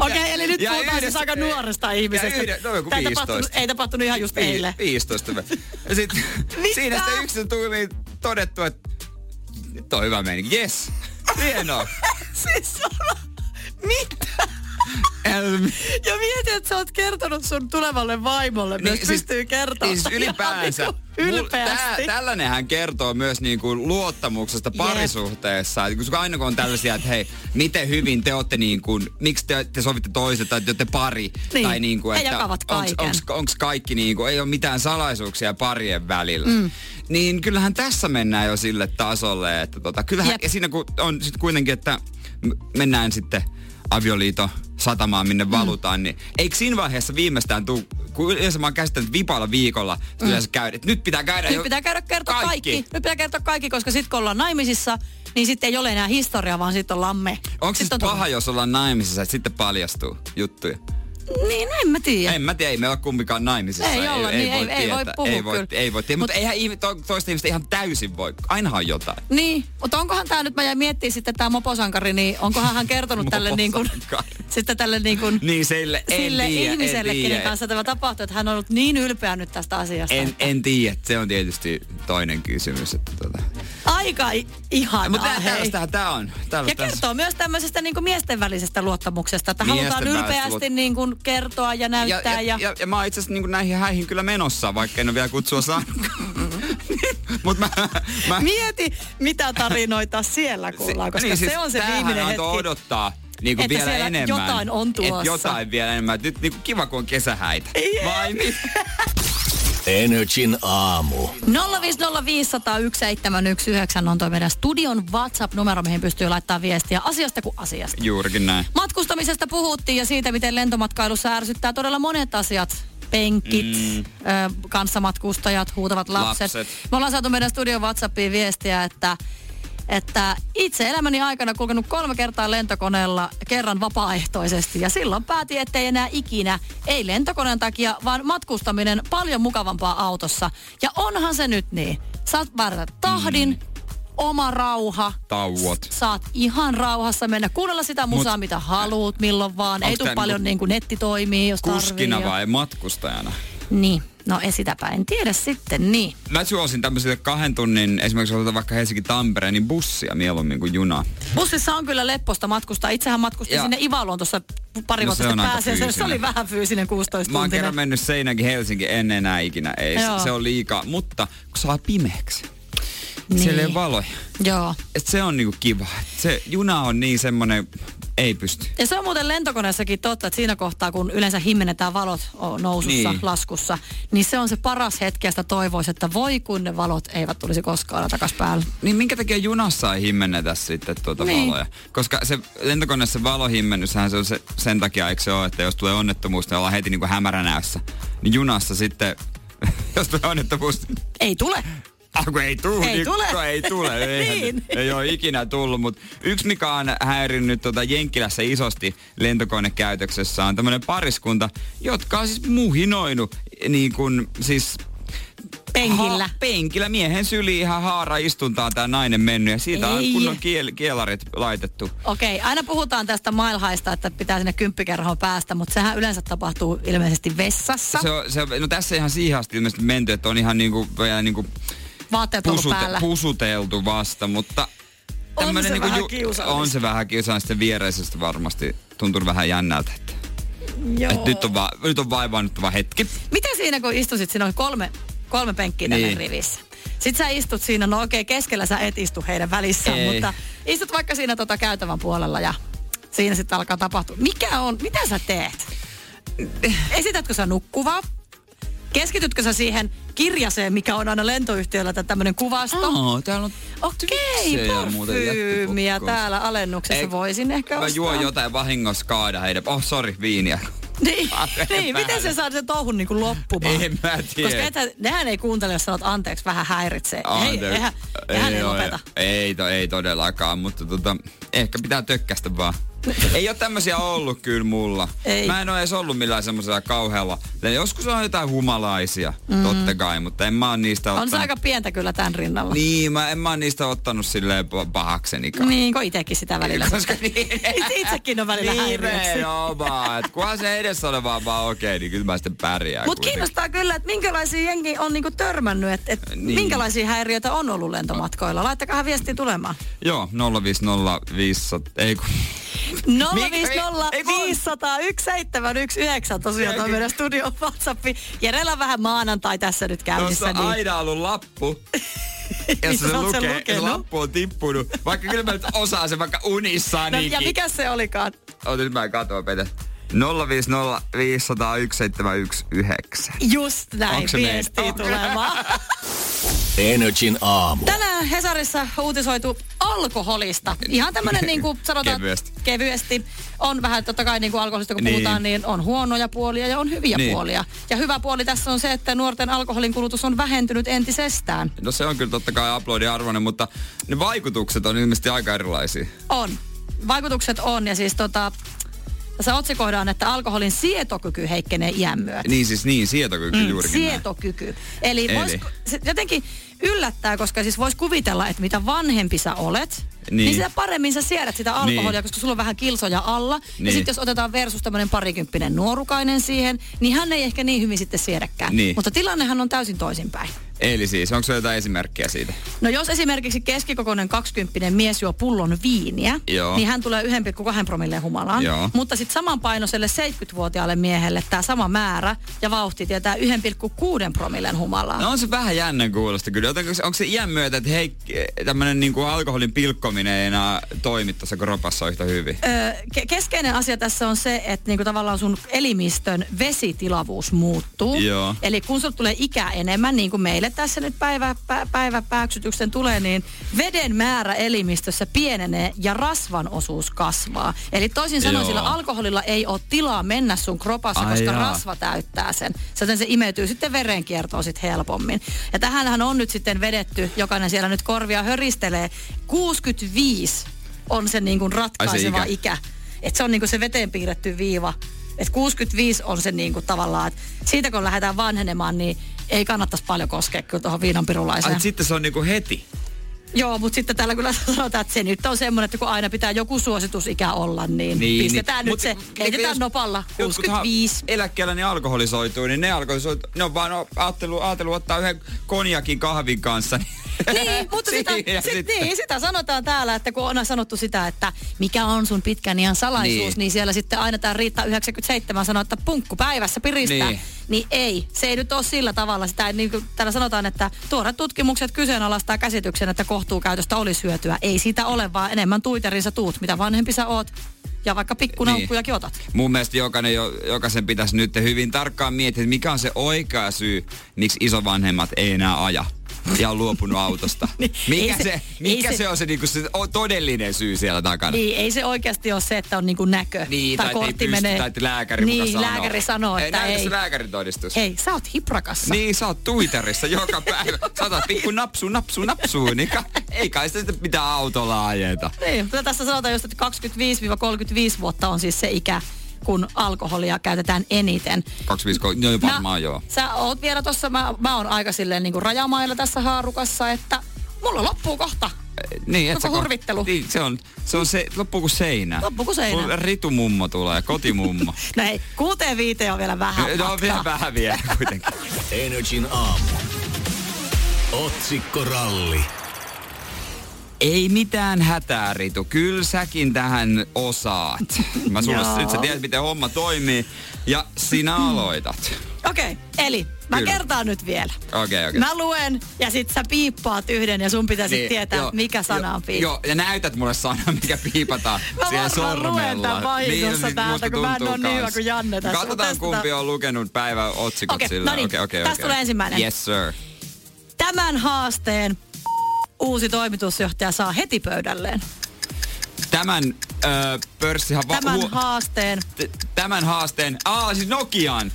C: Okei, okay, eli nyt
B: ja
C: puhutaan siis
B: yhdessä-
C: aika
B: ei-
C: nuoresta
B: ja
C: ihmisestä.
B: yhde- no joku
C: Tää ei tapahtunut,
B: 15.
C: ei tapahtunut ihan just
B: Vi-
C: eilen.
B: 15. vai? niin, Ja
C: <laughs>
B: sit, siinä sitten yksi tuli niin todettu, että nyt on hyvä meininki. Yes,
C: <laughs>
B: hienoa.
C: siis sano, mitä?
B: Äl-
C: Ja mieti, että sä oot kertonut sun tulevalle vaimolle, niin, myös siis, pystyy kertomaan.
B: Niin siis ylipäänsä.
C: Ihan
B: mul-
C: niinku Ylpeästi.
B: tää- tällainen hän kertoo myös niin kuin luottamuksesta parisuhteessa. Et kun aina kun on tällaisia, että hei, miten hyvin te olette niin kuin, miksi te, te sovitte toiset tai te olette pari.
C: Niin.
B: Tai niin kuin,
C: He
B: että
C: jakavat
B: onks,
C: kaiken.
B: onks, onks kaikki niin kuin, ei ole mitään salaisuuksia parien välillä. Mm. Niin kyllähän tässä mennään jo sille tasolle, että tota, kyllähän,
C: Jep.
B: ja siinä kun on sitten kuitenkin, että m- mennään sitten avioliito satamaan,
C: Mm.
B: minne valutaan, niin eikö siinä vaiheessa viimeistään tuu, kun yleensä mä oon käsittänyt että viipalla viikolla, mm. yleensä käydä, että nyt pitää käydä
C: Nyt pitää käydä kertoa kaikki. kaikki. Nyt pitää kertoa kaikki, koska sit kun ollaan naimisissa, niin sitten ei ole enää historiaa, vaan sitten on lamme.
B: Onko siis
C: Sit on
B: paha, jos ollaan naimisissa, että sitten paljastuu juttuja?
C: tullut- Niin, en mä tiedä.
B: En mä tiedä, ei me ole kumpikaan naimisissa.
C: Ei olla, niin ei- ei voi
B: tietää,
C: puhua
B: ei voi,
C: kyllä.
B: ei voi tiedä, mutta
C: Mut-
B: eihän ihmi, to, toista ihmistä ihan täysin voi. Ainahan on jotain.
C: Niin, mutta onkohan tämä nyt, mä jäin miettimään sitten tämä moposankari, niin onkohan hän
B: <laughs>
C: kertonut tälle niin kuin,
B: Moposankari.
C: <laughs> sitten tälle niin kuin,
B: Niin sille, en
C: sille
B: tiedä, en
C: ihmiselle, kenen
B: tiedä.
C: kanssa tämä tapahtui, että hän on ollut niin ylpeä nyt tästä asiasta.
B: En, en tiedä, se on tietysti toinen kysymys. Että tota.
C: Aika i- ihanaa,
B: Mutta tää,
C: hei.
B: tällaistähän tää on.
C: Ja
B: Tällaistähän se-
C: kertoo myös tämmöisestä niin kuin miesten välisestä luottamuksesta, että
B: Miesten
C: halutaan
B: välistä
C: ylpeästi
B: luot-
C: niin kuin kertoa ja näyttää.
B: ja, ja, ja mä oon itse asiassa niinku näihin häihin kyllä menossa, vaikka en ole vielä kutsua
C: <laughs>
B: saanut. Mut mä, mä,
C: Mieti, mitä tarinoita siellä kuullaan, koska
B: niin,
C: se on se
B: tämähän
C: viimeinen hetki.
B: antoi odottaa niin kuin
C: että
B: vielä
C: siellä
B: enemmän.
C: jotain on
B: Et
C: tulossa.
B: jotain vielä enemmän. Et Nyt niin kuin kiva, kun on kesähäitä.
C: Jep.
B: Vai mitä?
A: Energin aamu.
C: 050501719 on toi meidän studion WhatsApp-numero, mihin pystyy laittaa viestiä asiasta kuin asiasta.
B: Juurikin näin.
C: Matkustamisesta puhuttiin ja siitä, miten lentomatkailussa ärsyttää todella monet asiat. Penkit, mm. ö, kanssamatkustajat, huutavat lapset.
B: Lapset.
C: Me ollaan saatu meidän studion WhatsAppiin viestiä, että, että itse elämäni aikana kulkenut kolme kertaa lentokoneella, kerran vapaaehtoisesti. Ja silloin päätin, ettei enää ikinä, ei lentokoneen takia, vaan matkustaminen paljon mukavampaa autossa. Ja onhan se nyt niin. Saat varata tahdin, mm. oma rauha,
B: Tauot.
C: saat ihan rauhassa mennä kuunnella sitä musaa,
B: Mut-
C: mitä haluut, milloin vaan. Ei
B: Onks
C: tule
B: tää niinku
C: paljon niin kuin netti toimii, jos
B: Kuskina
C: tarvii. ja-
B: vai matkustajana?
C: Niin. No ei sitäpä, en tiedä sitten, niin.
B: Mä suosin tämmöisille kahden tunnin, esimerkiksi otetaan vaikka Helsinki-Tampere, niin bussia mieluummin kuin juna.
C: Bussissa on kyllä lepposta matkustaa. Itsehän matkustin
B: Ja-
C: ja. sinne Ivaloon tuossa pari
B: No
C: vuotta
B: se on
C: sitten
B: aika
C: pääsiäisenä. Se oli
B: fyysinen.
C: vähän fyysinen 16
B: Mä oon
C: tuntinen.
B: kerran mennyt Seinäkin Helsinki, en enää ikinä. Ei, se,
C: Joo.
B: se on liikaa. Mutta kun saa pimeäksi, niin. siellä ei ole valoja.
C: Joo.
B: Et se on niinku kiva. Et se juna on niin semmonen, ei pysty.
C: Ja se on muuten lentokoneessakin totta, että siinä kohtaa, kun yleensä himmenetään valot o, nousussa,
B: Niin.
C: niin. laskussa, niin se on se paras hetki, ja sitä toivoisi, että voi kun ne valot eivät tulisi koskaan enää takas päälle.
B: Niin minkä takia junassa ei himmennetä sitten tuota niin.
C: Niin.
B: valoja? Koska se lentokoneessa valahimmennyshän se on se, sen takia, eikö se ole, että jos tulee onnettomuus, niin ollaan heti niinku hämäränäyssä. Niin junassa sitten, <laughs> jos tulee onnettomuus, niin-
C: Ei tule.
B: ah, kun ei tule.
C: Ei
B: niin-
C: tule.
B: kun Ei
C: <laughs>
B: tule. Eihän, niin.
C: Niin.
B: Ei ole ikinä tullut, mutta yksi mikä on häirinnyt tuota Jenkkilässä isosti lentokonekäytöksessä on tämmöinen pariskunta, jotka on siis muhinoinut niin kuin siis
C: Penkillä.
B: Ha- penkillä miehen syli ihan haara istuntaa tämä nainen mennyt ja siitä on
C: Ei.
B: kunnon kiel- kielarit laitettu.
C: Okei, aina puhutaan tästä mailhaista, että pitää sinne kymppikerhoon päästä, mutta sehän yleensä tapahtuu ilmeisesti vessassa.
B: Se, on- se, on- no tässä ihan siihen asti ilmeisesti menty, että on ihan niinku, vielä niinku
C: Vaatteet on ollut
B: pusute,
C: päällä.
B: pusuteltu vasta, mutta
C: On
B: tämmönen niinku
C: se vähän kiusallista.
B: on se vähän kiusallista ja viereisestä varmasti tuntuu vähän jännältä. Että, että nyt, on va, nyt on vaivaannuttava hetki.
C: Mitä siinä, kun istusit, siinä on kolme, kolme penkkiä niin.
B: Niin.
C: tänne rivissä. Sitten sä istut siinä, no okei, keskellä sä et istu heidän välissään,
B: Ei.
C: Ei. mutta istut vaikka siinä tota käytävän puolella ja siinä sitten alkaa tapahtua. Mikä on, mitä sä teet? Esitätkö sä nukkuvaa? Keskitytkö sä siihen kirjaseen, mikä on aina lentoyhtiöllä, tämä tämmöinen kuvasto?
B: Oh, täällä on
C: Okei,
B: tyyssejä muuten
C: parfyymiä
B: jättipukkoissa.
C: täällä alennuksessa
B: Ei,
C: voisin ehkä
B: Mä
C: ostaa.
B: juon jotain vahingossa kaada heidän. Oh, sorry, viiniä.
C: Niin,
B: Päälle.
C: niin miten se saa sen touhun niin kuin loppumaan?
B: En mä tiedä.
C: Koska etä, nehän ei kuuntele, jos sanot anteeksi, vähän häiritsee. Ei, eihän, eihän ei, ei
B: oo,
C: lopeta.
B: Ei, to, ei todellakaan, mutta tota, ehkä pitää tökkästä
C: <laughs>
B: vaan. ei ole tämmöisiä ollut kyllä mulla.
C: Ei.
B: Mä en ole edes ollut millään semmoisella kauhealla. Ja Joskus on jotain humalaisia, mm. totta kai, mutta en mä oo niistä
C: On
B: ottanut.
C: se aika pientä kyllä tämän rinnalla.
B: Niin, mä, en mä oo niistä ottanut silleen pa- pahaksenikaan.
C: Niin, kun itsekin sitä
B: <laughs>
C: välillä.
B: Koska niin,
C: Itsekin on välillä häiriöksi.
B: Nimenomaan, että kunhan se edessä ole vaan, vaan okei, okay, niin kyllä mä sitten pärjään.
C: Mutta
B: kuitenkin.
C: kiinnostaa kyllä, että minkälaisia jengi on niinku törmännyt, että et
B: Niin.
C: niin. minkälaisia häiriöitä on ollut lentomatkoilla. Laittakaa viestiä tulemaan.
B: Joo, 050 500, ei kun...
C: 050
B: Ei, ei, ei,
C: 500 1719 tosiaan toi meidän studion WhatsApp. Järjellä on vähän maanantai tässä nyt
B: Tuossa
C: käynnissä.
B: on aina ollut lappu.
C: <laughs> Niin,
B: Jossa se
C: sä oot sen
B: lukee, että
C: lukenut.
B: lappu on tippunut. Vaikka kyllä mä nyt osaan sen vaikka unissaan
C: No,
B: niinkin.
C: ja mikä se olikaan?
B: Oota, nyt mä en katoa, Pete. 050 501 719.
C: Just näin
B: Onks se niin?
C: viestiä
B: meidän? <laughs>
C: tulemaan.
A: Energin aamu.
C: Tänään Hesarissa uutisoitu alkoholista. Ihan tämmönen niin kuin sanotaan
B: Kevyesti.
C: kevyesti. On vähän totta kai niin kuin alkoholista kun
B: Niin.
C: puhutaan, niin on huonoja puolia ja on hyviä
B: Niin.
C: puolia. Ja hyvä puoli tässä on se, että nuorten alkoholin kulutus on vähentynyt entisestään.
B: No se on kyllä totta kai aplodin arvoinen, mutta ne vaikutukset on ilmeisesti aika erilaisia.
C: On. Vaikutukset on ja siis tota, tässä otsikohda on, että alkoholin sietokyky heikkenee iän myötä.
B: Niin siis niin, sietokyky mm, juurikin näin.
C: sietokyky. Eli,
B: Eli?
C: Eli. Vois, se jotenkin yllättää, koska siis voisi kuvitella, että mitä vanhempi sä olet,
B: Niin.
C: niin, niin sitä paremmin sä siedät sitä alkoholia,
B: Niin.
C: niin. koska sulla on vähän kilsoja alla. Niin. Ja
B: Niin.
C: sitten jos otetaan versus tämmöinen parikymppinen nuorukainen siihen, niin hän ei ehkä niin hyvin sitten siedäkään.
B: Niin.
C: Mutta tilannehan on täysin toisinpäin.
B: Eli siis, onko se jotain esimerkkiä siitä?
C: No jos esimerkiksi keskikokoinen 20 mies juo pullon viiniä,
B: Joo.
C: niin hän tulee 1,2 promille humalaan.
B: Joo.
C: Mutta sitten samanpainoiselle 70-vuotiaalle miehelle tämä sama määrä ja vauhti tietää 1,6 promillen humalaan.
B: No on se vähän jännän kuulosta kyllä. Jotenkin, onko se iän myötä, että hei, tämmönen niinku alkoholin pilkkominen ei enää toimi tuossa kropassa yhtä hyvin?
C: Öö, ke- keskeinen asia tässä on se, että niinku tavallaan sun elimistön vesitilavuus muuttuu.
B: Joo.
C: Eli kun sulle tulee ikää enemmän, niin kuin meille tässä nyt päivä, pä, päiväpääksytyksen tulee, niin veden määrä elimistössä pienenee ja rasvan osuus kasvaa. Eli toisin sanoen
B: Joo.
C: sillä alkoholilla ei ole tilaa mennä sun kropassa,
B: Ai
C: koska
B: jaa.
C: rasva täyttää sen. Joten se imeytyy sitten verenkiertoon sit helpommin. Ja tähänhän on nyt sitten vedetty, jokainen siellä nyt korvia höristelee, 65 on se niin kuin ratkaiseva
B: ikä.
C: ikä ikä. Että se on niinku se veteen piirretty viiva. Että 65 on se niinku tavallaan, että siitä kun lähdetään vanhenemaan, niin ei kannattaisi paljon koskea kyllä tuohon
B: Ai,
C: viinanpirulaiseen.
B: et sitten se on niinku heti.
C: Joo, mutta sitten täällä kyllä <laughs> sanotaan, että se nyt on semmoinen, että kun aina pitää joku suositusikä olla, niin, niin pistetään niin. nyt
B: Mut-
C: se,
B: mut-
C: heitetään
B: jos
C: nopalla,
B: jotkuthan
C: 65.
B: Eläkkeellä ne alkoholisoituu, niin ne alkoholisoituu. Ne on vaan no, ajattelu, ajattelu ottaa yhden konjakin kahvin kanssa. <laughs>
C: Niin, mutta sitä,
B: Siinä
C: sit,
B: sitten.
C: niin, sitä sanotaan täällä, että kun on sanottu sitä, että mikä on sun pitkän iän salaisuus,
B: Niin.
C: niin, niin siellä sitten aina tämä Riitta 97 sanoo, että punkku päivässä piristää.
B: Niin.
C: Niin. niin ei, se ei nyt ole sillä tavalla. Sitä, ei- niin kuin täällä sanotaan, että tuoret tutkimukset kyseenalaistaa käsityksen, että kohtuukäytöstä olisi hyötyä. Ei siitä ole, vaan enemmän tuiterinsa tuut, mitä vanhempi sä oot ja vaikka pikkunaukkujakin
B: Niin.
C: otat.
B: Mun mielestä jokainen, jo, jokaisen pitäisi nyt hyvin tarkkaan miettiä, että mikä on se oikea syy, miksi isovanhemmat ei enää aja ja on
C: <laughs>
B: luopunut autosta.
C: Niin,
B: Mikä,
C: ei
B: se,
C: se-
B: se,
C: ei
B: mikä se,
C: se-
B: se on se, niinku, se o- todellinen syy siellä takana?
C: Niin, ei se oikeasti ole se, että on niinku näkö
B: Niin, tai, tai ei
C: kortti
B: pysty,
C: menee.
B: tai että lääkäri muka
C: niin,
B: sanoo.
C: lääkäri sanoo,
B: ei,
C: että
B: näytä
C: ei.
B: se lääkärin todistus.
C: Hei, sä oot hiprakassa.
B: Niin, sä oot Twitterissä joka päivä. Sä otat pikku napsu, napsu, napsu, niin ka- ei kai sitä sitten pitää autolla ajeta.
C: Niin, mutta tässä sanotaan just, että 25-35 vuotta on siis se ikä, kun alkoholia käytetään eniten.
B: 253, no varmaan joo.
C: Sä oot vielä tossa, mä, mä oon aika silleen niin rajamailla tässä haarukassa, että mulla loppuu kohta.
B: Niin, et sä
C: Koko
B: ko-
C: hurvittelu.
B: Niin, se on, se on se, loppuu kuin seinä.
C: Loppuu kuin seinä.
B: Kun ritumummo tulee,
C: <laughs>
B: kotimummo.
C: No hei, kuuteen viiteen on vielä vähän
B: no
C: matkaa.
B: on vielä vähän vielä kuitenkin.
A: Energin aamu. Otsikkoralli.
B: Ei mitään hätää, Ritu. Kyllä säkin tähän osaat. Mä sulle,
C: Joo.
B: nyt sä tiedät, miten homma toimii. Ja sinä aloitat.
C: Okei, okay, eli mä
B: Kyllä.
C: kertaan nyt vielä.
B: Okei, okei.
C: Mä luen ja sit sä piippaat yhden ja sun pitäisi
B: Niin,
C: niin, tietää,
B: joo,
C: joo, mikä sana on piippa.
B: Joo, ja näytät mulle sanan, mikä piipataan
C: Mä
B: siihen
C: varmaan luen
B: sormella. Niin,
C: tän vahingossa
B: musta
C: täältä, kun mä en
B: tuntuu
C: oo niin hyvä
B: kans.
C: kuin Janne tässä.
B: Katsotaan,
C: Mut
B: kumpi
C: testataan.
B: on lukenut päivän otsikot
C: Okei,
B: sillä.
C: no niin,
B: Okei, okei,
C: tästä
B: okei.
C: tulee ensimmäinen.
B: Yes, sir.
C: Tämän haasteen uusi toimitusjohtaja saa heti pöydälleen.
B: Tämän ö, pörssihan... va-
C: Tämän
B: huo-
C: haasteen
B: t- tämän haasteen... Aa, siis Nokian!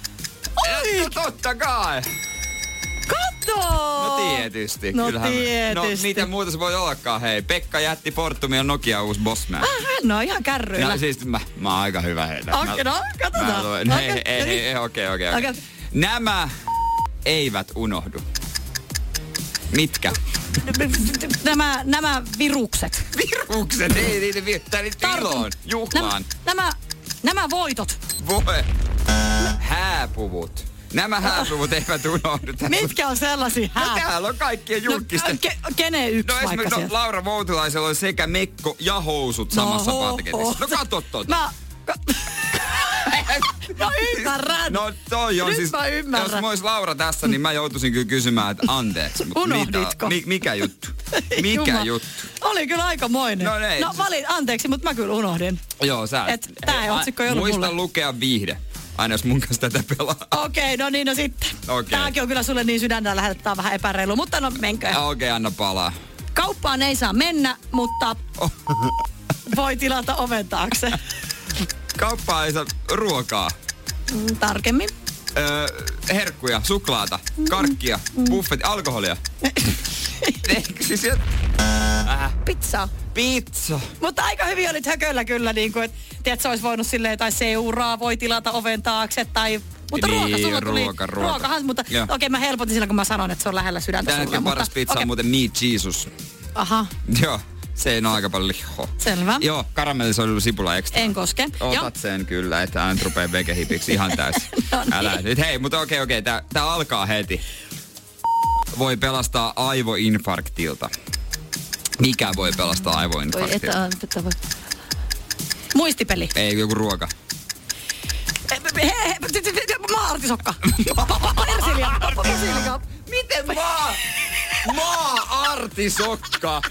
B: Oi! No totta kai!
C: Kato!
B: No tietysti.
C: No
B: kyllähän, No
C: tietysti.
B: mitä muuta se voi ollakaan, hei. Pekka jätti Fortumin ja Nokia uusi bossman.
C: Ah, Hän on ihan kärryillä.
B: No siis mä, mä oon aika hyvä heitä.
C: Okei, no, katsotaan.
B: Okei,
C: Okei,
B: ei,
C: no niin.
B: ei, ei, okei, okei. okei.
C: Okei.
B: Nämä eivät unohdu. Mitkä?
C: Nämä, nämä virukset.
B: Virukset, ei niitä viettää niitä
C: Tartun-
B: iloon,
C: Nämä,
B: juhlaan.
C: nämä, nämä voitot.
B: Voi. Hääpuvut. Nämä hääpuvut eivät unohdu. Tää-
C: Mitkä on sellaisia?
B: No,
C: Hää?
B: täällä on kaikkien
C: No,
B: julkisten.
C: ke, kene yksi
B: No
C: vaikka
B: esimerkiksi no,
C: sieltä?
B: Laura Voutilaisella on sekä mekko ja housut samassa
C: ho,
B: patiketissä. No
C: ho.
B: katso tota.
C: Mä... No ymmärrän.
B: No toi on
C: Nyt
B: siis,
C: mä ymmärrän.
B: jos mä ois Laura tässä, niin mä joutuisin kyllä kysymään, että anteeksi. mut
C: Unohditko?
B: Mitä, mi, mikä juttu? Mikä
C: Jumala.
B: juttu?
C: Oli kyllä aikamoinen.
B: No ne-
C: no valin, anteeksi, mutta mä kyllä unohdin.
B: Joo, sä.
C: Et tää
B: Ei,
C: otsikko ei ollut
B: Muista
C: mulle.
B: lukea viihde, aina jos mun kanssa tätä pelaa.
C: Okei, okay, no niin, no sitten.
B: Okei.
C: Tämäkin on kyllä sulle niin sydännä lähetetään vähän epäreilu, mutta no menkää.
B: Okei, okay, anna palaa.
C: Kauppaan ei saa mennä, mutta voi tilata oven taakse.
B: Kauppaa ei saa ruokaa,
C: Mm, Tarkemmin.
B: öö, herkkuja, suklaata, karkkia,
C: Mm,
B: buffet,
C: <laughs>
B: alkoholia. Eikö siis jot-
C: Pizzaa.
B: Pizza.
C: Mutta aika hyvin olit hököllä kyllä, niin kuin, että tiedät, se olisi voinut silleen, tai seuraa voi tilata oven taakse, tai... Mutta
B: Niin,
C: ruoka, sulla tuli,
B: ruoka, ruoka.
C: Ruokahan, mutta
B: Joo.
C: okei, mä helpotin sillä, kun mä sanon, että se on lähellä sydäntä
B: Tää
C: sulla.
B: hetken paras
C: mutta-
B: pizza
C: okei.
B: on muuten Meat Jesus.
C: Aha,
B: Joo, se ei ole aika paljon lihoa.
C: selvä.
B: <laughs> Joo, karamellisoidulla sipula ekstra.
C: En koske. Joo.
B: Otat sen kyllä, että hän rupee vegehipiksi ihan täysin.
C: <laughs> No niin.
B: Älä nyt. Hei, mutta okei, okei, tää, tää alkaa heti. Voi pelastaa aivoinfarktilta. Mikä voi pelastaa
C: Voi,
B: aivoinfarktilta?
C: että, että voi. Muistipeli.
B: Ei, joku ruoka.
C: Maartisokka. Persilja. Persilja.
B: Miten maa? Maa-artisokka.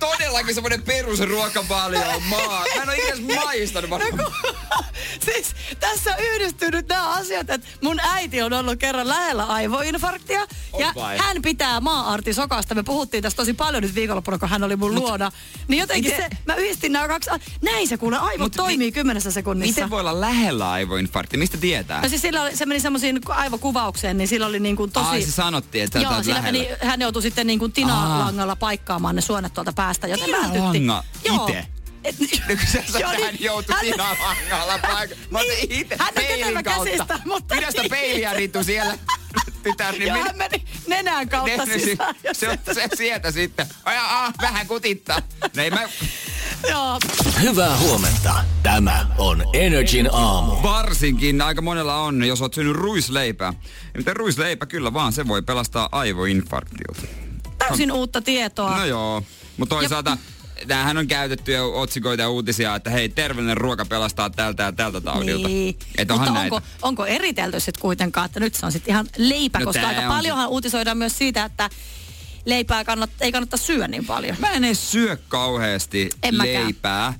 B: Todellakin semmonen perusruokavalio on maa. Mä en oo ikinä edes maistanut niinku- varmaan.
C: No <laughs> Siis tässä yhdistyy nyt nämä asiat, että mun äiti on ollut kerran lähellä aivoinfarktia.
B: On
C: ja
B: vai?
C: hän pitää maa-artisokasta. Me puhuttiin tästä tosi paljon nyt viikonloppuna, kun hän oli mun luona. Niin jotenkin
B: Miten-
C: se, mä yhdistin nämä kaksi. a- Näin se kuule, aivot
B: Mut mi-
C: toimii kymmenessä sekunnissa.
B: Miten voi olla lähellä aivoinfarkti? Mistä tietää?
C: No siis sillä oli, se meni semmoisiin aivokuvaukseen, niin sillä oli niin kuin tosi...
B: Ai, se sanottiin, että sä
C: Joo,
B: oot
C: sillä
B: lähellä.
C: meni, hän joutui sitten niin kuin tinalangalla paikkaamaan ne suonet tuolta päästä, joten mä
B: Tinalanga? Ite?
C: Et,
B: <laughs> No kun sä sanoit,
C: <laughs> Joo, niin-
B: että hän joutui
C: hän-
B: sinä langalla paikalla. Mä otin
C: Niin,
B: itse
C: hän on
B: peilin
C: kätevä
B: kautta.
C: käsistä, mutta
B: Pidä sitä
C: niin. <laughs>
B: peiliä, Ritu, siellä. tytär, niin
C: Ja
B: minä...
C: hän meni nenän kautta
B: Ne- ne si-
C: sisään. ja
B: se, se, sieltä sitten. Aja, ah, vähän kutittaa. Nei, mä,
C: Joo.
A: Hyvää huomenta. Tämä on Energin aamu.
B: varsinkin aika monella on, jos oot syönyt ruisleipää. Miten ruisleipä kyllä vaan, se voi pelastaa aivoinfarktilta.
C: Täysin uutta tietoa.
B: No joo, mutta toisaalta tämähän on käytetty jo otsikoita ja uutisia, että hei, terveellinen ruoka pelastaa tältä ja tältä taudilta.
C: Niin.
B: Et onhan
C: Mutta
B: näitä.
C: onko, onko eritelty sitten kuitenkaan, että nyt se on sitten ihan leipä,
B: No
C: no koska
B: tää
C: aika
B: on
C: paljonhan uutisoidaan myös siitä, että leipää kannat, ei kannata syödä niin paljon.
B: Mä en edes syö kauheasti
C: En mäkään.
B: leipää.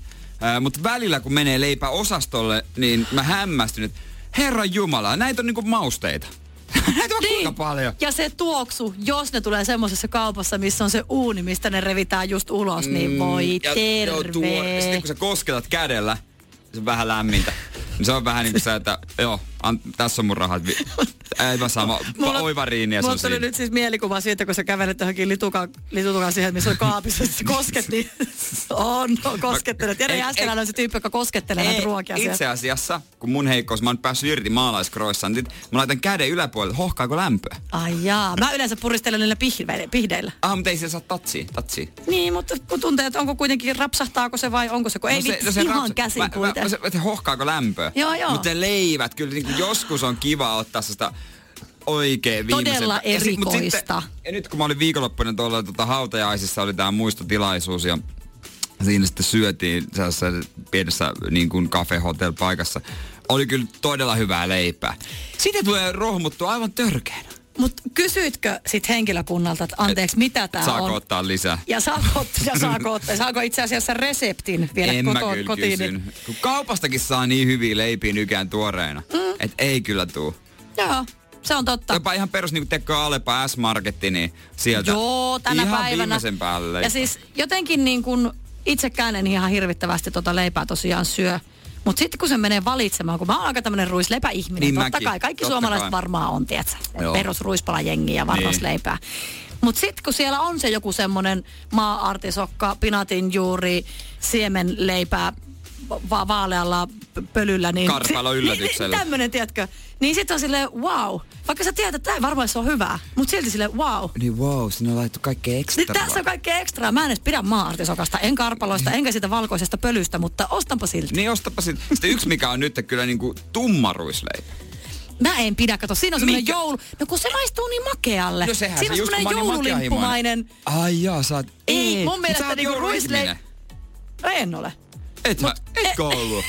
B: Mutta välillä kun menee leipää osastolle, niin mä hämmästyn, että herra Jumala, näitä on niinku mausteita. <laughs> näitä on niin. kuinka paljon.
C: Ja se tuoksu, jos ne tulee semmoisessa kaupassa, missä on se uuni, mistä ne revitään just ulos, niin voi
B: Mm, Ja joo, tuo-
C: terve.
B: Sitten kun sä kosketat kädellä, se on vähän lämmintä. Niin se on vähän niin kuin sä, että <laughs> joo, an, tässä on mun rahat.
C: <laughs>
B: Vi- Ei mä saa, mä, mulla, oivariin ja se on
C: mulla tuli
B: siinä.
C: nyt siis mielikuva siitä, kun sä kävelet johonkin litukaan, litukaan siihen, missä on kaapissa, että sä kosket, niin <laughs> on, no, koskettelet. Jere
B: Ei-
C: Jääskeläinen on se tyyppi, joka koskettelee
B: Ei,
C: näitä ruokia siellä.
B: Itse asiassa, kun mun heikkous, mä oon päässyt irti maalaiskroissantit, mä laitan käden yläpuolelle, että hohkaako lämpöä.
C: Ai jaa. Mä yleensä puristelen niillä pihveillä- pihdeillä.
B: Ah, mutta ei siellä saa tatsia, tatsia.
C: Niin, mutta kun tuntee, että onko kuitenkin, rapsahtaako se vai onko se,
B: No
C: kun ei vitsi, ihan
B: rapsa-
C: käsin
B: mä, mä, mä,
C: kuitenkin.
B: se- että hohkaako lämpöä.
C: Joo, joo.
B: Mutta ne leivät, kyllä niin kuin joskus on kiva ottaa sitä oikein
C: Todella
B: viimeiseltä. Ja sit- mut
C: erikoista.
B: sitten- ja nyt kun mä olin viikonloppuna tuolla tota, hautajaisissa, oli tämä muistotilaisuus ja siinä sitten syötiin sellaisessa pienessä niin kuin cafe hotel paikassa. Oli kyllä todella hyvää leipää. Siitä tulee rohmuttua aivan törkeänä.
C: Mutta kysyitkö sit henkilökunnalta, että anteeksi, mitä tämä
B: Saako
C: on?
B: ottaa lisää?
C: Ja saako, ot- ja
B: <laughs>
C: saako, ottaa, saako itse asiassa reseptin vielä
B: en mä
C: koto,
B: kyllä
C: kotiin?
B: kysyn.
C: Niin,
B: Kun kaupastakin saa niin hyviä leipiä nykään tuoreena, mm. et ei kyllä tuu.
C: joo, se on totta.
B: Jopa ihan perus, niin kuin Alepa S-Marketti, niin sieltä
C: Joo, tänä
B: ihan
C: päivänä.
B: viimeisen päälle.
C: Ja siis jotenkin niin kuin itsekään en ihan hirvittävästi tota leipää tosiaan syö. Mutta sitten kun se menee valitsemaan, kun mä oon aika tämmöinen ruisleipäihminen,
B: Niin
C: totta
B: mäkin,
C: kai, kaikki
B: totta
C: suomalaiset
B: kai.
C: varmaan on, tietsä,
B: Joo.
C: perusruispalajengi ja varmasleipää. Niin. Mutta sitten kun siellä on se joku semmoinen maa-artisokka, pinatinjuuri, siemenleipää, va- vaalealla p- pölyllä, <laughs> niin...
B: Karpalo
C: Niin,
B: yllätyksellä.
C: niin, tämmönen, tiedätkö? Niin sitten on silleen, wow. Vaikka sä tiedät, että tämä varmaan se on hyvää, mutta silti silleen, wow.
B: Niin wow, sinne on laitettu kaikkea
C: Niin
B: ekstra.
C: tässä on kaikkea ekstraa. Mä en edes pidä maa-artisokasta, en karpaloista,
B: Mm.
C: enkä siitä valkoisesta pölystä, mutta ostanpa silti.
B: Niin ostapa sit. sitten yksi, mikä on nyt kyllä niinku tummaruisleipä. Niin.
C: Mä en pidä, kato, siinä on semmoinen
B: Mikä?
C: joulu. No kun se maistuu niin makealle.
B: No sehän
C: siinä
B: se
C: on
B: just, kun
C: semmoinen
B: mä oon niin
C: joululimppumainen.
B: Ai jaa, sä oot...
C: Ei, mun
B: Mut
C: mielestä
B: sä oot
C: niinku
B: jouluihminen.
C: ruisleipä- e- No en ole.
B: Et mä, etkö
C: <laughs>
B: ollut?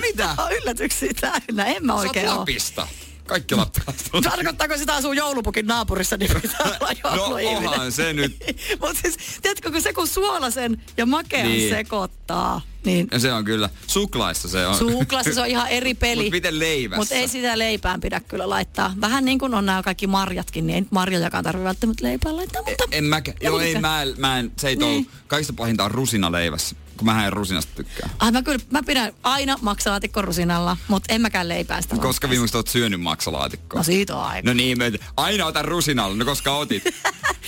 B: Mitä?
C: Tää on yllätyksiä täynnä, en mä
B: Sä oot
C: oikein ole.
B: Lapista. Kaikki Lappilaista.
C: <laughs> Tarkoittaako sitä asuu joulupukin naapurissa, niin
B: <laughs>
C: pitää olla
B: No
C: jouluihminen.
B: onhan se nyt.
C: <laughs> Mutta siis, tiedätkö, kun se kun suolasen ja makean
B: Niin.
C: niin. sekoittaa, niin
B: No se on kyllä. Suklaissa se on.
C: Suklaassa se on ihan eri peli.
B: Mut miten leivässä?
C: Mutta ei sitä leipään pidä kyllä laittaa. Vähän niin kuin on nämä kaikki marjatkin, niin ei nyt marjojakaan tarvitse välttämättä leipään laittaa, mutta...
B: E- En mä, joo, ei, mä, en- mä en, se ei niin.
C: Niin.
B: Kaikista pahinta on rusina leivässä, kun mä en rusinasta tykkää.
C: Ai Ah, mä kyllä, mä pidän aina maksalaatikko rusinalla, mutta en mäkään leipää sitä
B: Koska
C: laittaisi.
B: viimeksi oot syönyt maksalaatikkoa?
C: No siitä on aika.
B: No niin, me, aina otan rusinalla, no koska
C: <laughs>
B: otit.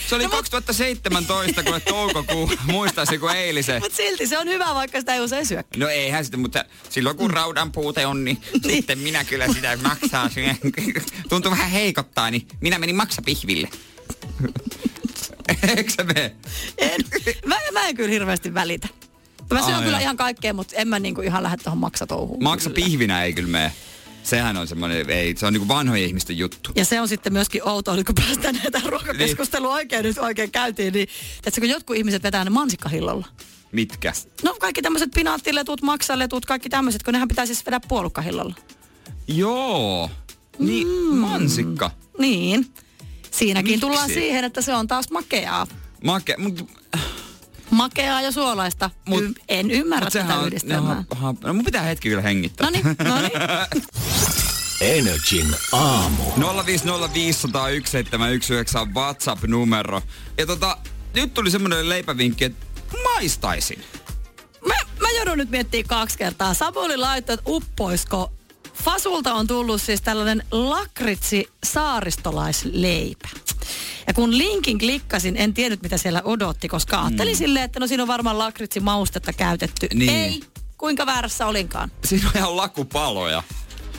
B: Se
C: No
B: oli 2017, kun
C: <laughs>
B: toukokuu, muistaisin kuin eilisen.
C: Mutta silti se on hyvä, vaikka sitä ei usein syö.
B: No eihän sitten, mutta silloin kun raudan puute on,
C: <laughs>
B: niin, sitten minä kyllä sitä maksaa. sinne. Tuntuu vähän heikottaa, niin minä menin maksapihville. <laughs> Eikö se mene? <laughs>
C: En, mä, mä en kyllä hirveästi välitä. Mä syön
B: Ai
C: kyllä
B: joo.
C: ihan kaikkea, mutta en mä niinku ihan lähde tuohon maksatouhuun.
B: Maksa
C: kyllä.
B: pihvinä ei kyllä mene. Sehän on semmoinen, ei, se on niinku vanhojen ihmisten juttu.
C: Ja se on sitten myöskin outoa, nyt kun päästään näitä ruokakeskustelua oikein nyt oikein käyntiin, niin tässä kun jotkut ihmiset vetää ne mansikkahillolla.
B: Mitkä?
C: No kaikki tämmöiset pinaattiletut, maksaletut, kaikki tämmöiset, kun nehän pitää siis vedä puolukkahillolla.
B: Joo. Niin,
C: Mm.
B: mansikka.
C: Niin. Siinäkin
B: Miksi?
C: tullaan siihen, että se on taas makeaa.
B: Make, mut,
C: Makeaa ja suolaista.
B: Mut-
C: Mut, y- en ymmärrä
B: mut
C: tätä
B: sehän on, ne <laughs>
C: yhdistelmää.
B: on, ha, no mun pitää hetki kyllä hengittää.
C: No niin,
B: <laughs>
C: no niin.
A: Energin aamu.
B: 050501719 on WhatsApp-numero. Ja tota, nyt tuli semmoinen leipävinkki, että maistaisin.
C: Mä, mä joudun nyt miettimään kaksi kertaa. Samuli laittoi, että uppoisko. Fasulta on tullut siis tällainen lakritsi saaristolaisleipä. Ja kun linkin klikkasin, en tiennyt mitä siellä odotti, koska ajattelin silleen, että no siinä on varmaan lakritsi maustetta käytetty.
B: Niin.
C: Ei, kuinka väärässä olinkaan.
B: Siinä on ihan lakupaloja.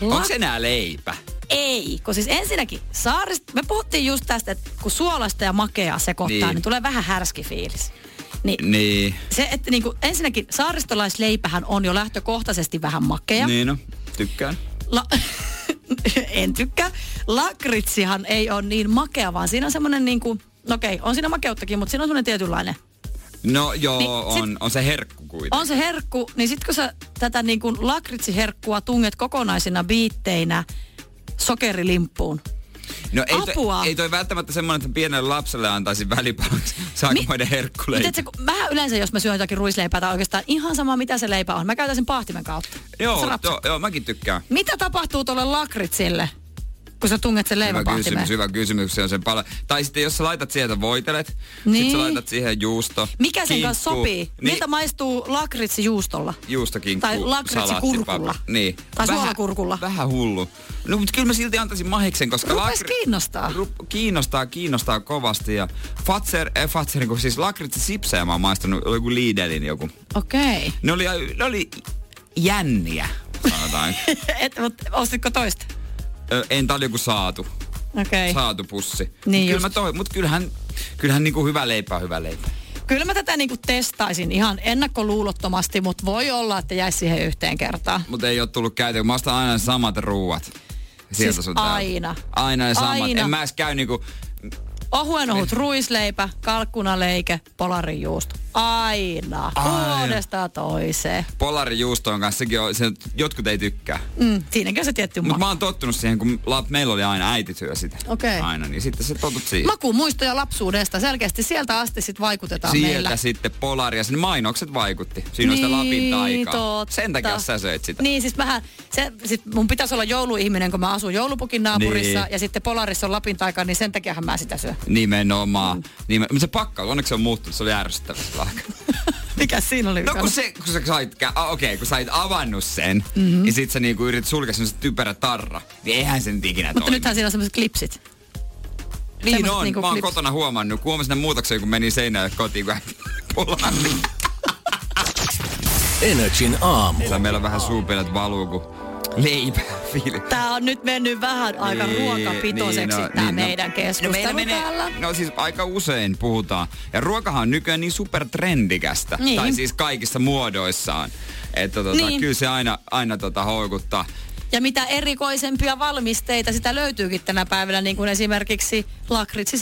B: Onko se enää leipä?
C: Ei, kun siis ensinnäkin saarista, me puhuttiin just tästä, että kun suolasta ja makeaa sekoittaa, niin,
B: Niin.
C: niin tulee vähän härski fiilis. Niin,
B: Niin.
C: se, että niinku, ensinnäkin saaristolaisleipähän on jo lähtökohtaisesti vähän makea.
B: Niin no, tykkään.
C: La- <laughs> en tykkää. Lakritsihan ei ole niin makea, vaan siinä on semmoinen niinku, no okei, on siinä makeuttakin, mutta siinä on semmoinen tietynlainen.
B: No joo,
C: Niin,
B: niin,
C: sit-
B: on, on se herkku kuitenkin.
C: On se herkku, niin sit kun sä tätä niinku lakritsiherkkua tunget kokonaisina biitteinä sokerilimppuun. niin
B: No ei,
C: Apua.
B: Toi, ei toi välttämättä semmoinen, että pienelle lapselle antaisin <laughs> välipalaksi. Se on
C: Mi-
B: aikamoinen herkkuleipä.
C: Mutta et sä, kun- mä yleensä, jos mä syön jotakin ruisleipää tai oikeastaan ihan sama, mitä se leipä on, mä käytän sen pahtimen kautta. Se
B: Joo,
C: rapsa-
B: joo, joo, mäkin tykkään.
C: Mitä tapahtuu tuolle lakritsille, kun sä tunget sen
B: Hyvä
C: leivän
B: kysymys,
C: pahtimeen?
B: hyvä kysymys. Se on sen pala- tai sitten jos sä laitat sieltä voitelet,
C: Niin.
B: sit sä laitat siihen juusto.
C: Mikä sen kanssa
B: kinkku,
C: sopii? Niin. Miltä maistuu lakritsi juustolla?
B: juustokinkku,
C: Tai lakritsikurkulla.
B: salaattipapu. Niin.
C: Tai suolakurkulla.
B: Vähän hullu. No, mutta kyllä mä silti antaisin mahiksen, koska...
C: Rupes kiinnostaa.
B: Rup, kiinnostaa, kiinnostaa kovasti. Ja Fatser, ei Fatserin, kun siis lakritsi sipsejä mä oon maistanut, oli joku Lidlin joku.
C: Okei.
B: Ne oli, ne oli jänniä,
C: <laughs>
B: sanotaan.
C: <laughs> Et, mut Ostitko toista?
B: Ö, en, tää oli joku saatu.
C: Okei.
B: Saatu pussi.
C: Niin
B: Mut kyllä
C: just.
B: mä toi, mut kyllähän, kyllähän niinku hyvä leipä on hyvä leipä.
C: Kyllä mä tätä niinku testaisin ihan ennakkoluulottomasti, mutta voi olla, että jäisi siihen yhteen kertaan.
B: Mutta ei ole tullut käytyä. Mä ostan aina ne samat ruuat. Sieltä
C: Siis
B: sun täältä.
C: aina.
B: Aina ne samat.
C: Aina.
B: En mä edes käy niinku...
C: Ohuen
B: Niin.
C: ohut ruisleipä, kalkkunaleike, polarijuusto. Aina.
B: Aina.
C: Vuodesta toiseen.
B: Polarijuustoon kanssa, sekin on, se, jotkut ei tykkää.
C: Mm, siinäkin on se tietty
B: Mutta
C: maku.
B: mä oon tottunut siihen, kun lap, meillä oli aina äitityö sitä.
C: Okei.
B: Aina, niin sitten se totut siihen.
C: Makumuistoja lapsuudesta. Selkeästi sieltä asti sit vaikutetaan
B: Sieltä
C: meillä. Niin,
B: sitten Polaria, ja sen mainokset vaikutti. Siinä on sitä Lapin taikaa.
C: totta.
B: Sen takia sä söit sitä.
C: Niin, siis mähän, se, sit mun pitäisi olla jouluihminen, kun mä asun joulupukin naapurissa,
B: Niin.
C: ja sitten Polarissa on Lapin taika, niin sen takiahan mä sitä syön.
B: Nimenomaan. Mm. Nimen... Mutta se pakkaus, onneksi se on muuttunut, se oli ärsyttävä sillä aikaa.
C: Mikä siinä oli?
B: No
C: vikana?
B: kun, se, kun sä sait, kä- ah, okei, kun sä olit avannut sen,
C: Mhm.
B: mm-hmm. ja sit sä niinku yritit sulkea sen typerä tarra, niin eihän sen nyt ikinä
C: Mutta
B: toimi.
C: nythän siinä on semmoiset klipsit.
B: niin
C: semmoset
B: on,
C: niinku
B: mä oon
C: klips-
B: kotona huomannut, kun huomasin ne muutoksen, kun meni seinälle kotiin, kun <laughs> polari.
A: Energin aamu.
B: Sillä meillä on vähän suupielet valuu, kun leipä fiili.
C: Tää on nyt mennyt vähän aika
B: Niin,
C: ruokapitoiseksi
B: niin, no,
C: tää
B: niin, no.
C: meidän keskustelu
B: meillä menee-
C: täällä.
B: No siis aika usein puhutaan. Ja ruokahan on nykyään niin supertrendikästä.
C: Niin.
B: Tai siis kaikissa muodoissaan. Että tota,
C: Niin.
B: kyllä se aina, aina tota houkuttaa.
C: Ja mitä erikoisempia valmisteita sitä löytyykin tänä päivänä, niin kuin esimerkiksi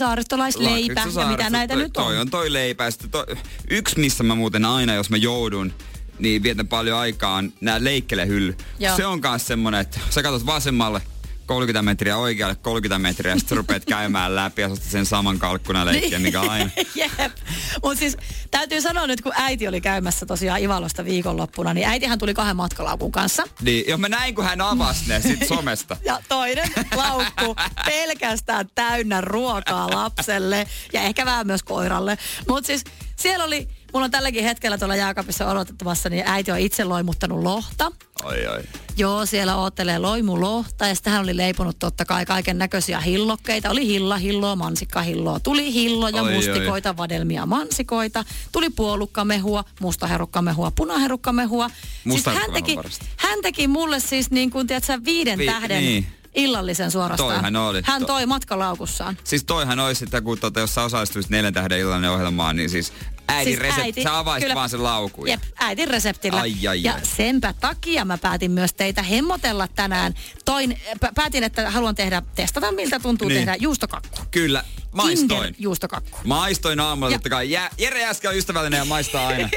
C: lakritsisaaristolaisleipä ja mitä
B: Laakritsa,
C: näitä
B: toi,
C: nyt
B: Toi
C: on.
B: on toi leipä. Ja sitten toi, yksi, missä mä muuten aina, jos mä joudun, niin vietän paljon aikaa, on nää leikkelehylly.
C: Joo.
B: Se on myös semmonen, että sä katsot vasemmalle 30 metriä, oikealle 30 metriä, ja sitten rupeat käymään läpi ja sä ostat sen saman kalkkuna leikkiä, mikä aina.
C: <laughs> Niin. Jep. Mutta siis täytyy sanoa nyt, kun äiti oli käymässä tosiaan Ivalosta viikonloppuna, niin äitihän tuli kahden matkalaukun kanssa.
B: Niin, jos mä näin, kun hän avasi ne
C: <laughs>
B: sit somesta.
C: Ja
B: <laughs>
C: toinen laukku pelkästään täynnä ruokaa lapselle ja ehkä vähän myös koiralle. Mutta siis siellä oli, mulla on tälläkin hetkellä tuolla jääkaapissa odotettavassa, niin äiti on itse loimuttanut lohta.
B: Oi, oi.
C: Joo, siellä oottelee loimulohta ja sitten hän oli leiponut totta kai kaiken näköisiä hillokkeita. Oli hilla, hilloa, mansikkahilloa. Tuli hilloja,
B: Oi,
C: mustikoita, vadelmia, mansikoita. Tuli puolukkamehua, mustaherukkamehua, punaherukkamehua. Siis hän
B: Mustaherukkamehua
C: teki,
B: parasta.
C: hän teki mulle siis niin kuin, tiedätkö, sä, viiden
B: Vi-
C: tähden
B: niin.
C: illallisen suorastaan.
B: Toihan oli.
C: Hän
B: To-
C: toi matkalaukussaan.
B: Siis toihan olisi sitä, kun tota, jos sä osallistuisit neljän tähden illanen ohjelmaan, niin siis äidin
C: Siis
B: siis resepti,
C: äiti-
B: äiti, sä avaisit
C: kyllä.
B: vaan sen laukun. ja-
C: Jep, äidin reseptillä.
B: Ai, ai, ai.
C: ja senpä takia mä päätin myös teitä hemmotella tänään. Toin, pä- päätin, että haluan tehdä, testata miltä tuntuu
B: Niin.
C: tehdä juustokakku.
B: Kyllä, maistoin.
C: juustokakku.
B: Maistoin aamulla
C: Ja-
B: totta kai. Jä, Jere äsken on ystävällinen ja maistaa
C: <laughs>
B: aina.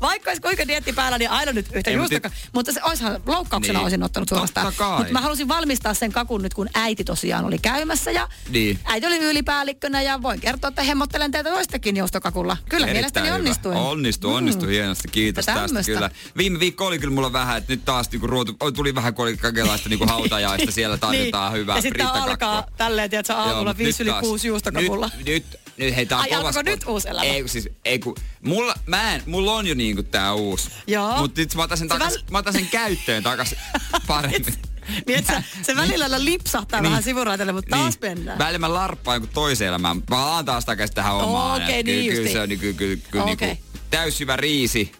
C: Vaikka olisi kuinka dietti päällä, niin aina nyt yhtä
B: Ei, mut
C: juustokakku. Mutta se olisihan loukkauksena
B: Niin.
C: olisin ottanut suorastaan.
B: Totta kai.
C: Mutta mä halusin valmistaa sen kakun nyt, kun äiti tosiaan oli käymässä. Ja
B: Niin.
C: äiti oli ylipäällikkönä ja voin kertoa, että hemmottelen teitä toistakin joustokakulla. Kyllä mielestäni
B: hyvä.
C: onnistuin.
B: Onnistu, onnistu mm. hienosti. Kiitos
C: Että
B: tästä
C: tämmöstä.
B: kyllä. Viime viikko oli kyllä mulla vähän, että nyt taas niinku ruotu, oi, tuli vähän kun oli kaikenlaista niinku hautajaista. Siellä tarvitaan
C: <laughs> niin.
B: hyvää
C: Ja sitten
B: prittakakkua.
C: alkaa tälleen, tiedätkö, aamulla
B: mut
C: 5
B: nyt
C: yli
B: taas.
C: 6 juustokakulla.
B: Nyt, nyt, nyt hei, tää on
C: Ai,
B: kova
C: alkoiko
B: spot.
C: nyt uusi elämä?
B: Ei, kun siis, ei kun, mulla, mä en, mulla on jo niinku tää uusi.
C: Joo.
B: Mut nyt mä otan sen,
C: Se
B: takas,
C: väl-
B: mä otan sen käyttöön takas
C: <laughs>
B: paremmin.
C: <laughs> Niin, että se, se välillä lailla lipsahtaa vähän sivuraiteille, mutta taas mennään.
B: Välillä Niin. mä larppaan joku toiseen elämään. Mä alan taas takaisin tähän omaan.
C: Okei,
B: Ja
C: niin
B: kyllä, kyllä
C: justiin.
B: se on niinku, kyllä, kyllä
C: Okei.
B: niinku täysjyvä riisi,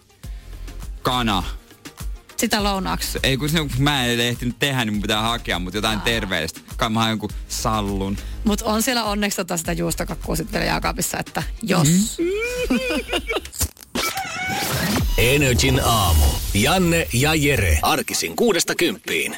B: kana.
C: Sitä lounaaksi.
B: Ei kun se, mä en ehtinyt tehdä, niin mun pitää hakea, mutta jotain terveellistä. pahkaamaan jonkun sallun.
C: Mutta on siellä onneksi tota sitä juustokakkua sitten vielä jääkaapissa, että jos.
B: Mm-hmm.
C: Mm.
A: Energin aamu. Janne ja Jere. Arkisin kuudesta kymppiin.